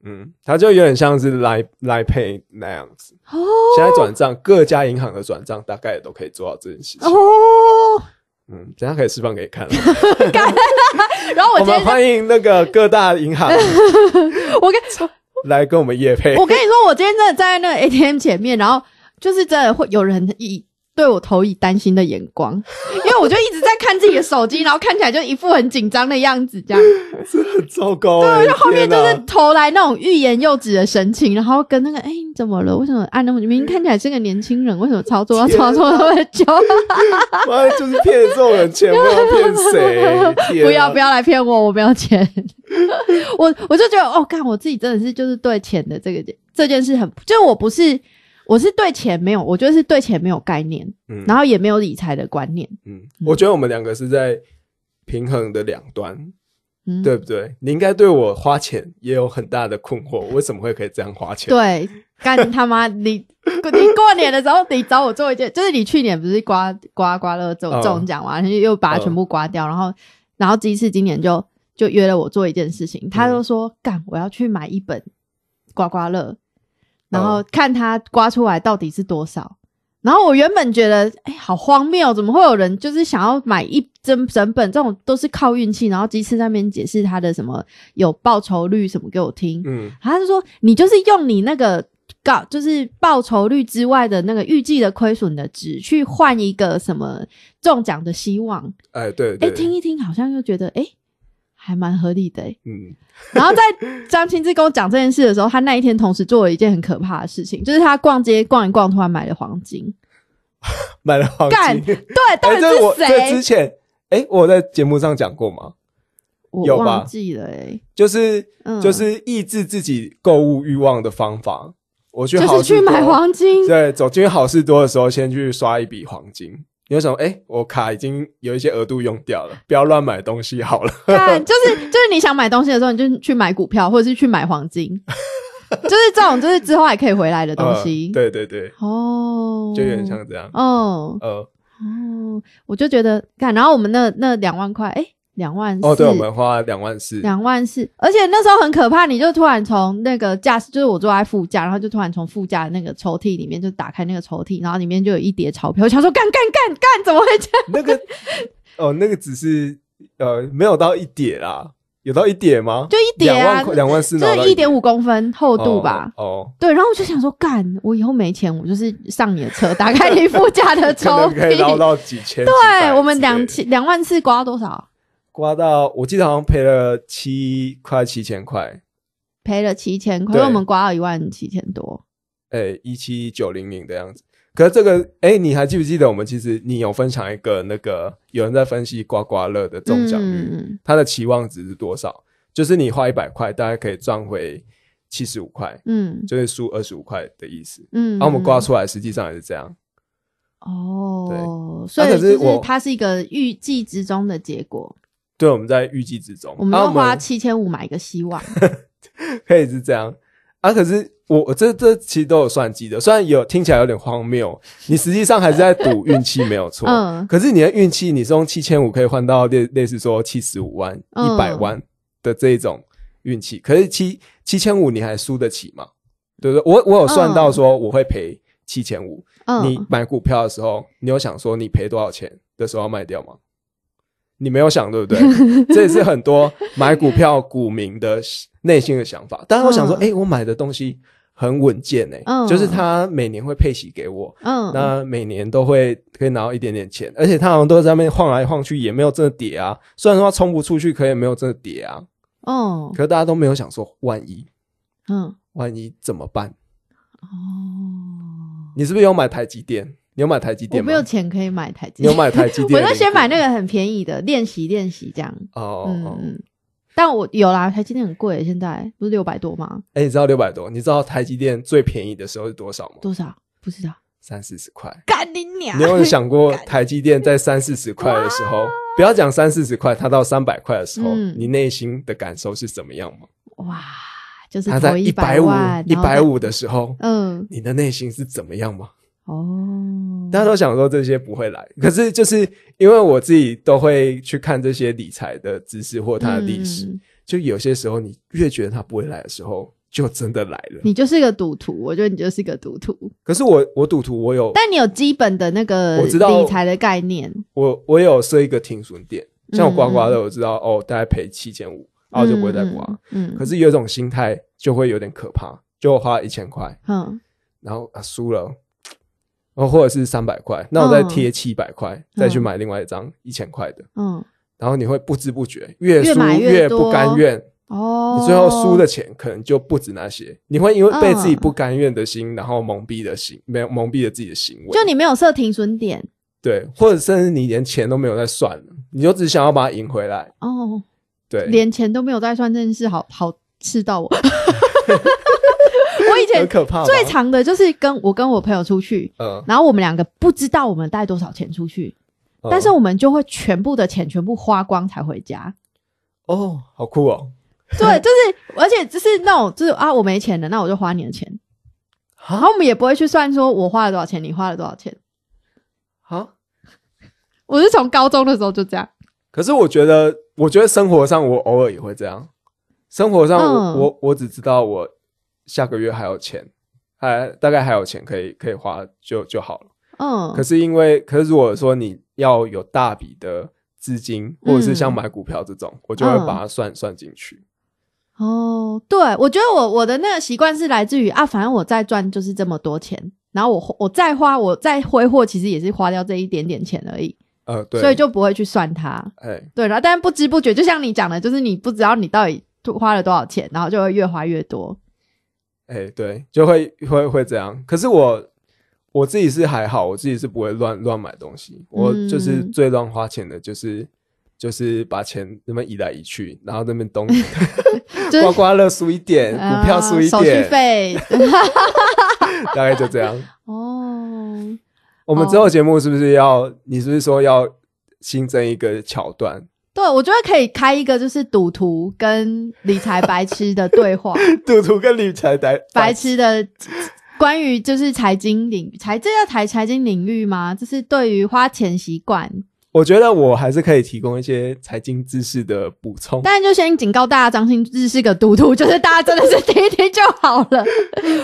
Speaker 2: 嗯，它就有点像是来来 pay 那样子。
Speaker 1: 哦
Speaker 2: 现在转账各家银行的转账大概也都可以做到这件事情，
Speaker 1: 哦，
Speaker 2: 嗯，等一下可以示范给你看啊。
Speaker 1: 然 后我
Speaker 2: 我
Speaker 1: 今
Speaker 2: 们
Speaker 1: 天
Speaker 2: 欢迎那个各大银行
Speaker 1: 我跟
Speaker 2: 来跟我们业配。
Speaker 1: 我跟你说，我今天真的站在那个 ATM 前面，然后就是真的会有人以对我投以担心的眼光，因为我就一直在看自己的手机，然后看起来就一副很紧张的样子，这样。
Speaker 2: 很糟糕、欸，对，
Speaker 1: 后面就是投来那种欲言又止的神情，然后跟那个哎、你怎么了？为什么按那么久？明明看起来是个年轻人，为什么操作要
Speaker 2: 天啊
Speaker 1: 操作那么久？啊
Speaker 2: 妈就是骗这种人钱，不知道骗谁。天啊
Speaker 1: 不要不，要来骗我，我没有 钱。我我就觉得哦，干我自己真的是就是对钱的这个这件事很，就是我不是我是对钱没有，我就是对钱没有概念，
Speaker 2: 嗯
Speaker 1: 然后也没有理财的观念。
Speaker 2: 嗯，我觉得我们两个是在平衡的两端，
Speaker 1: 嗯，
Speaker 2: 对不对？你应该对我花钱也有很大的困惑，为什么会可以这样花钱？
Speaker 1: 对，干他妈你 你过年的时候，你找我做一件，就是你去年不是刮刮刮乐中
Speaker 2: 嗯
Speaker 1: 中奖嘛，然后又把它全部刮掉，然后然后这一次今年就就约了我做一件事情，他就说、干我要去买一本刮刮乐，然后看他刮出来到底是多少。然后我原本觉得，哎，好荒谬哦，怎么会有人就是想要买一整整本这种都是靠运气，然后鸡翅那边解释他的什么有报酬率什么给我听，
Speaker 2: 嗯，
Speaker 1: 他是说你就是用你那个高，就是报酬率之外的那个预计的亏损的值去换一个什么中奖的希望。
Speaker 2: 哎，对
Speaker 1: 哎、
Speaker 2: 对，
Speaker 1: 听一听好像又觉得哎、诶还蛮合理的、诶
Speaker 2: 嗯，
Speaker 1: 然后在张清志跟我讲这件事的时候，他那一天同时做了一件很可怕的事情，就是他逛街逛一逛，突然买了黄金。
Speaker 2: 买了黄
Speaker 1: 干
Speaker 2: 金。
Speaker 1: 对，到
Speaker 2: 哎，
Speaker 1: 底
Speaker 2: 这我
Speaker 1: 是
Speaker 2: 这
Speaker 1: 谁？
Speaker 2: 之前，哎，我在节目上讲过吗？
Speaker 1: 我
Speaker 2: 有吧
Speaker 1: 忘记了、诶
Speaker 2: 就是
Speaker 1: 嗯
Speaker 2: 就是抑制自己购物欲望的方法。我去
Speaker 1: 就是
Speaker 2: 好事
Speaker 1: 去买
Speaker 2: 多
Speaker 1: 黄金。
Speaker 2: 对，走进好事多的时候，先去刷一笔黄金。你会想，哎、我卡已经有一些额度用掉了，不要乱买东西好了。
Speaker 1: 看，就是就是你想买东西的时候，你就去买股票，或者是去买黄金，就是这种，就是之后还可以回来的东西。
Speaker 2: 呃对对对，
Speaker 1: 哦，
Speaker 2: 就有点像这样。
Speaker 1: 哦
Speaker 2: 呃，
Speaker 1: 哦，我就觉得看，然后我们那那两万块，哎，两万四，
Speaker 2: 哦，对，我们花两万四，
Speaker 1: 两万四，而且那时候很可怕，你就突然从那个驾驶，就是我坐在副驾，然后就突然从副驾的那个抽屉里面就打开那个抽屉，然后里面就有一叠钞票，我想说干干干干，怎么会这样？
Speaker 2: 那个，哦，那个只是呃，没有到一叠啦，有到一叠吗？
Speaker 1: 就一叠
Speaker 2: 两
Speaker 1: 啊
Speaker 2: 万，块，两万四，
Speaker 1: 就是一点五公分厚
Speaker 2: 厚
Speaker 1: 度吧。
Speaker 2: 哦，哦
Speaker 1: 对，然后我就想说，干，我以后没钱，我就是上你的车，打开你副驾的抽
Speaker 2: 可能可以捞
Speaker 1: 屉。
Speaker 2: 到几千。几百
Speaker 1: 对我们
Speaker 2: 之类
Speaker 1: 两
Speaker 2: 的
Speaker 1: 千两万次刮多少？
Speaker 2: 刮到，我记得好像赔了七快七千块，
Speaker 1: 赔了七千块，
Speaker 2: 对
Speaker 1: 因为我们刮了一万七千多。
Speaker 2: 诶哎一七九零零的样子。可是这个，哎、你还记不记得我们其实你有分享一个那个有人在分析刮刮乐的中奖率，
Speaker 1: 嗯，
Speaker 2: 它的期望值是多少？就是你花一百块，大概可以赚回七十五块，
Speaker 1: 嗯
Speaker 2: 就是输二十五块的意思。
Speaker 1: 嗯，
Speaker 2: 然后我们刮出来，实际上也是这样。
Speaker 1: 哦，所
Speaker 2: 对
Speaker 1: 以
Speaker 2: 啊可是
Speaker 1: 就是
Speaker 2: 我
Speaker 1: 它是一个预计之中的结果，
Speaker 2: 对，我们在预计之中，
Speaker 1: 我们
Speaker 2: 啊
Speaker 1: 要花七千五买一个希 望。
Speaker 2: 可以是这样啊。可是我我这这其实都有算计的，虽然有听起来有点荒谬，你实际上还是在赌运气没有错。
Speaker 1: 嗯
Speaker 2: 可是你的运气，你是用七千五可以换到类类似说七十五万、
Speaker 1: 嗯
Speaker 2: 一百万的这一种运气，可是七七千五你还输得起吗？对不对？我我有算到说我会赔七千五。你
Speaker 1: 嗯，
Speaker 2: 买股票的时候，你有想说你赔多少钱的时候要卖掉吗？你没有想，对不 对？这也是很多买股票股民的内心的想法。但是我想说，
Speaker 1: 嗯
Speaker 2: 哎、我买的东西很稳健诶、
Speaker 1: 嗯
Speaker 2: 就是他每年会配息给我，
Speaker 1: 嗯，
Speaker 2: 那每年都会可以拿到一点点钱，而且他好像都在那边晃来晃去，也没有真的跌啊。虽然说他冲不出去，可也没有真的跌啊。
Speaker 1: 哦，
Speaker 2: 可是大家都没有想说，万一
Speaker 1: 嗯，
Speaker 2: 万一怎么办？
Speaker 1: 哦，
Speaker 2: 你是不是有买台积电？你有买台积
Speaker 1: 我
Speaker 2: 电吗？
Speaker 1: 没有钱可以买台积
Speaker 2: 你有
Speaker 1: 电，
Speaker 2: 买 台积
Speaker 1: 我
Speaker 2: 电？
Speaker 1: 就先买那个很便宜的练习练习这样。
Speaker 2: 哦哦。
Speaker 1: 嗯
Speaker 2: 哦
Speaker 1: 嗯，但我有啦，台积电很贵，现在不是六百多吗？
Speaker 2: 哎、你知道六百多？你知道台积电最便宜的时候是多少吗？
Speaker 1: 多少？不知道，
Speaker 2: 三四十块。
Speaker 1: 干你娘！
Speaker 2: 你有没有想过，台积电在三四十块的时候，不要讲三四十块，它到三百块的时候，
Speaker 1: 嗯
Speaker 2: 你内心的感受是怎么样吗？
Speaker 1: 哇，就是
Speaker 2: 它
Speaker 1: 投
Speaker 2: 在
Speaker 1: 一
Speaker 2: 一
Speaker 1: 百
Speaker 2: 百五
Speaker 1: 万、、
Speaker 2: 一百
Speaker 1: 然后
Speaker 2: 五的时候，
Speaker 1: 再，嗯，
Speaker 2: 你的内心是怎么样吗？
Speaker 1: 哦，
Speaker 2: 大家都想说这些不会来，可是就是因为我自己都会去看这些理财的知识或它的历史，
Speaker 1: 嗯
Speaker 2: 就有些时候你越觉得它不会来的时候，就真的来了。
Speaker 1: 你就是个赌徒，我觉得你就是个赌徒，
Speaker 2: 可是我我赌徒，我有
Speaker 1: 但你有基本的那个
Speaker 2: 我知道
Speaker 1: 理财的概念，
Speaker 2: 我我有设一个停损点，像我刮刮
Speaker 1: 嗯
Speaker 2: 乐，我知道、哦，大概赔七千五，然哦后就不会再刮。
Speaker 1: 嗯，嗯，
Speaker 2: 可
Speaker 1: 是
Speaker 2: 是有一种心态就会有点可怕，就我花一千块，
Speaker 1: 嗯
Speaker 2: 然后啊输了，哦或者是三百块，那我再贴七百块，再去买另外一张一千块的，
Speaker 1: 嗯，
Speaker 2: 然后你会不知不觉越
Speaker 1: 越
Speaker 2: 输
Speaker 1: 买越
Speaker 2: 不甘
Speaker 1: 多
Speaker 2: 愿，
Speaker 1: 哦，
Speaker 2: 你最后输的钱可能就不止那些，你会因为被自
Speaker 1: 嗯
Speaker 2: 己不甘愿的心，然后蒙蔽了心，没有蒙蔽了自己的行为，
Speaker 1: 就你没有设停损点
Speaker 2: 对，或者甚至你连钱都没有在算了，你就只想要把它赢回来。
Speaker 1: 哦，
Speaker 2: 对，
Speaker 1: 连钱都没有在算，真的是好好刺到我。我以前
Speaker 2: 很可怕吧。
Speaker 1: 最长的就是跟我跟我朋友出去，
Speaker 2: 嗯，
Speaker 1: 然后我们两个不知道我们带多少钱出去，
Speaker 2: 嗯，
Speaker 1: 但是我们就会全部的钱全部花光才回 家。
Speaker 2: 哦，好酷哦，
Speaker 1: 对，就是而且就是那种就是啊，我没钱了，那我就花你的钱。然
Speaker 2: 哈
Speaker 1: 后我们也不会去算说我花了多少钱，你花了多少钱。啊
Speaker 2: 哈。
Speaker 1: 我是从高中的时候就这样，
Speaker 2: 可是我觉得，我觉得生活上我偶尔也会这样。生活上我、
Speaker 1: 嗯
Speaker 2: 我我只知道我下个月还有钱，还大概还有钱可以可以花就就好了。
Speaker 1: 嗯
Speaker 2: 可，是因为，可是如果说你要有大笔的资金，或者是像
Speaker 1: 嗯
Speaker 2: 买股票这种，我就会
Speaker 1: 嗯
Speaker 2: 把它算、算进去。
Speaker 1: 哦，对，我觉得我我的那个习惯是来自于啊，反正我再赚就是这么多钱，然后我我再花，我再挥霍，其实也是花掉这一点点钱而已，
Speaker 2: 呃，对，
Speaker 1: 所以就不会去算它。
Speaker 2: 哎、
Speaker 1: 对，然后但不知不觉，就像你讲的，就是你不知道你到底花了多少钱，然后就会越花越多。
Speaker 2: 哎、对，就会会会这样。可是我我自己是还好，我自己是不会乱乱买东西。我就是
Speaker 1: 嗯
Speaker 2: 最乱花钱的，就是就是把钱那么移来移去，然后那边 东
Speaker 1: 就是
Speaker 2: 刮刮乐输一点，
Speaker 1: 啊
Speaker 2: 呃股票输一
Speaker 1: 手续
Speaker 2: 点，
Speaker 1: 费
Speaker 2: 大概就这 样。
Speaker 1: 哦，
Speaker 2: 我们之后节目是不是要？你是不是说要新增一个桥段？
Speaker 1: 对，我觉得可以开一个就是赌徒跟理财白痴的对 话，
Speaker 2: 赌徒跟理财白
Speaker 1: 白痴的关于就是财经领财，这叫财财经领域吗？就是对于花钱习惯，
Speaker 2: 我觉得我还是可以提供一些财经知识的补充。
Speaker 1: 但就先警告大家，张新志是个赌徒，就是大家真的是听一听就好了。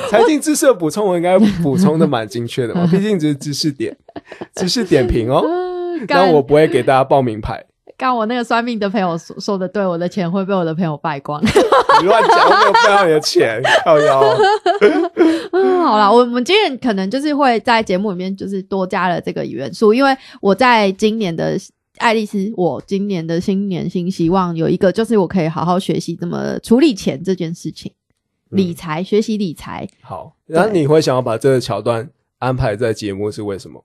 Speaker 2: 财经知识的补充，我应该补充的蛮精确 的嘛，毕竟只是知识点， 知识点评哦。
Speaker 1: 嗯，
Speaker 2: 那
Speaker 1: 刚
Speaker 2: 我不会给大家报名牌，
Speaker 1: 刚我那个算命的朋友说说的对，我的钱会被我的朋友败光。
Speaker 2: 你乱讲，我没有赚到你的钱，靠腰。
Speaker 1: 嗯， 好啦，我们今天可能就是会在节目里面就是多加了这个元素，因为我在今年的爱丽丝，我今年的新年新希望有一个就是我可以好好学习怎么处理钱这件事情，
Speaker 2: 嗯
Speaker 1: 理财，学习理财，
Speaker 2: 好，然后你会想要把这个桥段安排在节目是为什么？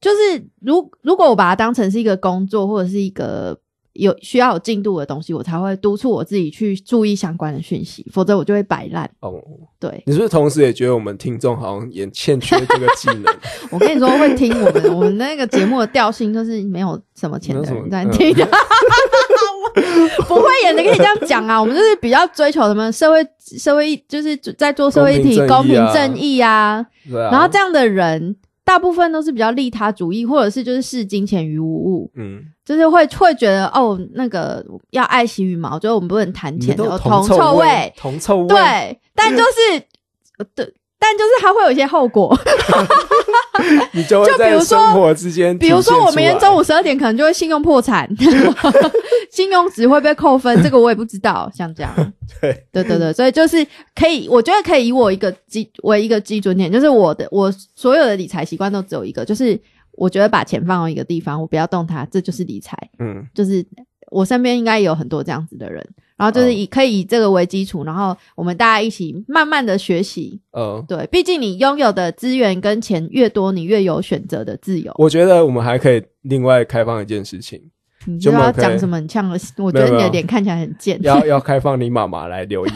Speaker 1: 就是如如果我把它当成是一个工作或者是一个有需要有进度的东西，我才会督促我自己去注意相关的讯息，否则我就会摆烂。
Speaker 2: 哦，
Speaker 1: 对
Speaker 2: 你是不是同时也觉得我们听众好像也欠缺这个技 能？
Speaker 1: 我跟你说，会听我们我们那个节目的调性，就是没有什么钱的人在听
Speaker 2: 没有什嗯
Speaker 1: 的。 不会演的，可以这样讲啊！我们就是比较追求什么社会社会，就是在做社会议题公
Speaker 2: 公平
Speaker 1: 平
Speaker 2: 正义啊
Speaker 1: 正义啊。
Speaker 2: 对啊。
Speaker 1: 然后这样的人，大部分都是比较利他主义，或者是就是视金钱于无物，
Speaker 2: 嗯，
Speaker 1: 就是会会觉得哦，那个要爱惜羽毛，就是我们不能谈
Speaker 2: 你
Speaker 1: 钱，
Speaker 2: 们都
Speaker 1: 有
Speaker 2: 有
Speaker 1: 铜
Speaker 2: 臭
Speaker 1: 臭味，，
Speaker 2: 铜臭味。，
Speaker 1: 对，但就是呃对，但就是它会有一些后果。
Speaker 2: 你就
Speaker 1: 就
Speaker 2: 会
Speaker 1: 比
Speaker 2: 在
Speaker 1: 如说
Speaker 2: 生活之间
Speaker 1: 比
Speaker 2: 体现出来，
Speaker 1: 如说，我明天中午十二点可能就会信用破产， 信用值会被扣分，这个我也不知道。像这样，
Speaker 2: 对
Speaker 1: 对对对，所以就是可以，我觉得可以以我一个基为一个基准点，就是我的我所有的理财习惯都只有一个，就是我觉得把钱放到一个地方，我不要动它，这就是理财。
Speaker 2: 嗯，
Speaker 1: 就是我身边应该也有很多这样子的人，然后就是以、可以以这个为基础，然后我们大家一起慢慢的学习。
Speaker 2: 呃，
Speaker 1: 对，毕竟你拥有的资源跟钱越多，你越有选择的自由。
Speaker 2: 我觉得我们还可以另外开放一件事情，
Speaker 1: 你
Speaker 2: 就
Speaker 1: 又要
Speaker 2: 蛮可以
Speaker 1: 讲什么很呛的？我觉
Speaker 2: 没
Speaker 1: 得
Speaker 2: 有
Speaker 1: 你
Speaker 2: 没
Speaker 1: 的
Speaker 2: 有
Speaker 1: 脸看起来很贱。
Speaker 2: 要要开放你妈妈来留言，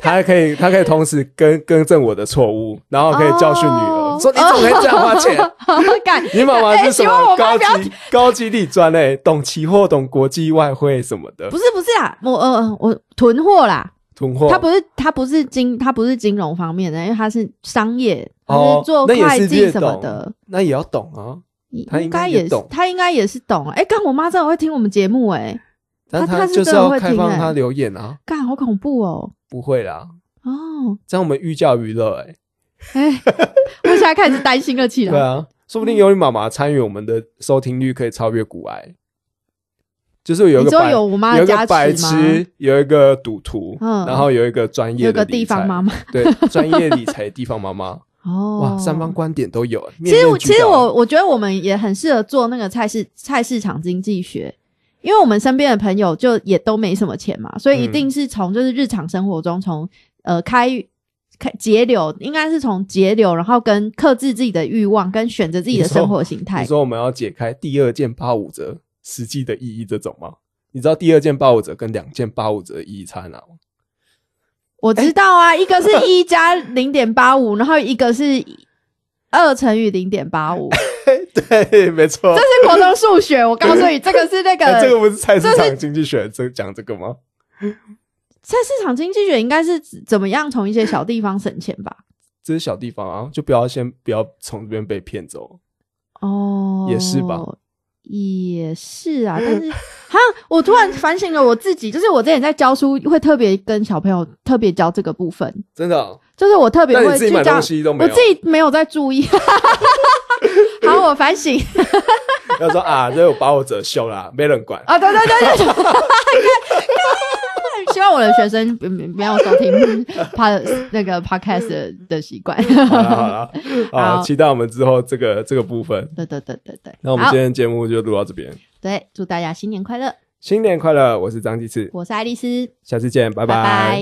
Speaker 2: 她可以她可以同时更更正我的错误，然后可以教训女儿
Speaker 1: 哦
Speaker 2: 说你怎么可以这样花钱？
Speaker 1: 干
Speaker 2: 你妈妈是
Speaker 1: 哎
Speaker 2: 什
Speaker 1: 希望
Speaker 2: 么
Speaker 1: 我妈
Speaker 2: 高
Speaker 1: 不要
Speaker 2: 级高级理专诶、懂期货，懂国际外汇什么的
Speaker 1: 不，是不是啊，我呃我囤货啦，
Speaker 2: 囤货。
Speaker 1: 他不是他不是金他不是金融方面的，因为他是商业，他
Speaker 2: 哦
Speaker 1: 是做
Speaker 2: 那也
Speaker 1: 会
Speaker 2: 是
Speaker 1: 计
Speaker 2: 略
Speaker 1: 什么的
Speaker 2: 懂。那也要懂啊，他应
Speaker 1: 应
Speaker 2: 该
Speaker 1: 该
Speaker 2: 也
Speaker 1: 是
Speaker 2: 懂，
Speaker 1: 他应该也是懂啊。哎、干我妈真的会听我们节目哎、
Speaker 2: 但
Speaker 1: 她
Speaker 2: 她
Speaker 1: 她是
Speaker 2: 就是
Speaker 1: 真的
Speaker 2: 要
Speaker 1: 会
Speaker 2: 开
Speaker 1: 听
Speaker 2: 放
Speaker 1: 欸
Speaker 2: 她留言啊，
Speaker 1: 干好恐怖哦
Speaker 2: 不会啦，
Speaker 1: 哦，
Speaker 2: 这样我们寓教于乐诶、
Speaker 1: 哎、 我现在开始担心了起
Speaker 2: 对
Speaker 1: 来。
Speaker 2: 啊，说不定有你妈妈参与，我们的收听率可以超越古癌。就是有一
Speaker 1: 你
Speaker 2: 个
Speaker 1: 说
Speaker 2: 白
Speaker 1: 有我妈
Speaker 2: 有
Speaker 1: 的
Speaker 2: 一个
Speaker 1: 啊加
Speaker 2: 白
Speaker 1: 持吗？
Speaker 2: 痴，有一个赌徒，
Speaker 1: 嗯
Speaker 2: 然后有一个专业
Speaker 1: 有
Speaker 2: 的
Speaker 1: 个
Speaker 2: 理
Speaker 1: 地
Speaker 2: 财
Speaker 1: 方妈妈
Speaker 2: 对专业理财地方妈妈，
Speaker 1: 哦，
Speaker 2: 哇，三方观点都有。面
Speaker 1: 其实
Speaker 2: 面
Speaker 1: 我
Speaker 2: 俱
Speaker 1: 其实
Speaker 2: 到
Speaker 1: 我我觉得我们也很适合做那个菜市菜市场经济学，因为我们身边的朋友就也都没什么钱嘛，所以一
Speaker 2: 嗯
Speaker 1: 定是从就是日常生活中从呃开开节流，应该是从节流，然后跟克制自己的欲望，跟选择自己的
Speaker 2: 你说
Speaker 1: 生活形
Speaker 2: 你
Speaker 1: 态。
Speaker 2: 说我们要解开第二件八五折实际的意义这种吗？你知道第二件八五折跟两件八五折的意义差 哪吗？
Speaker 1: 我知道啊，一个是一加零点八五，然后一个是二乘以零点八 五，这
Speaker 2: 对，没错。
Speaker 1: 是国中数学。我告 诉你，这个是那个
Speaker 2: 哎这个不是菜市场经济学这讲这个吗？
Speaker 1: 菜市场经济学应该是指怎么样从一些小地方省钱吧？
Speaker 2: 这是小地方啊，就不要先不要从这边被骗走。
Speaker 1: 哦，
Speaker 2: 也是吧，
Speaker 1: 也是 啊。但是哈，我突然反省了我自己，就是我之前在教书会特别跟小朋友特别教这个部分，
Speaker 2: 真的哦、
Speaker 1: 就是我特别
Speaker 2: 那
Speaker 1: 会
Speaker 2: 你自己
Speaker 1: 去
Speaker 2: 买
Speaker 1: 教
Speaker 2: 东，西都没
Speaker 1: 我
Speaker 2: 有
Speaker 1: 自，己没有在注意。 好，我反省
Speaker 2: 要说啊，这有八五折秀啦，没人管。
Speaker 1: 啊！对对对 对对，希望我的学生没没有收听 pod 那个 podcast 的的习惯。
Speaker 2: 好啦好啦，好，
Speaker 1: 好
Speaker 2: 期待我们之后这个这个部分。
Speaker 1: 对对对对对，
Speaker 2: 那我们
Speaker 1: 好
Speaker 2: 今，天节目就录到这边，
Speaker 1: 对，祝大家新年快乐！
Speaker 2: 新年快乐！我是张继次，
Speaker 1: 我是爱丽丝，
Speaker 2: 下次见，拜
Speaker 1: 拜拜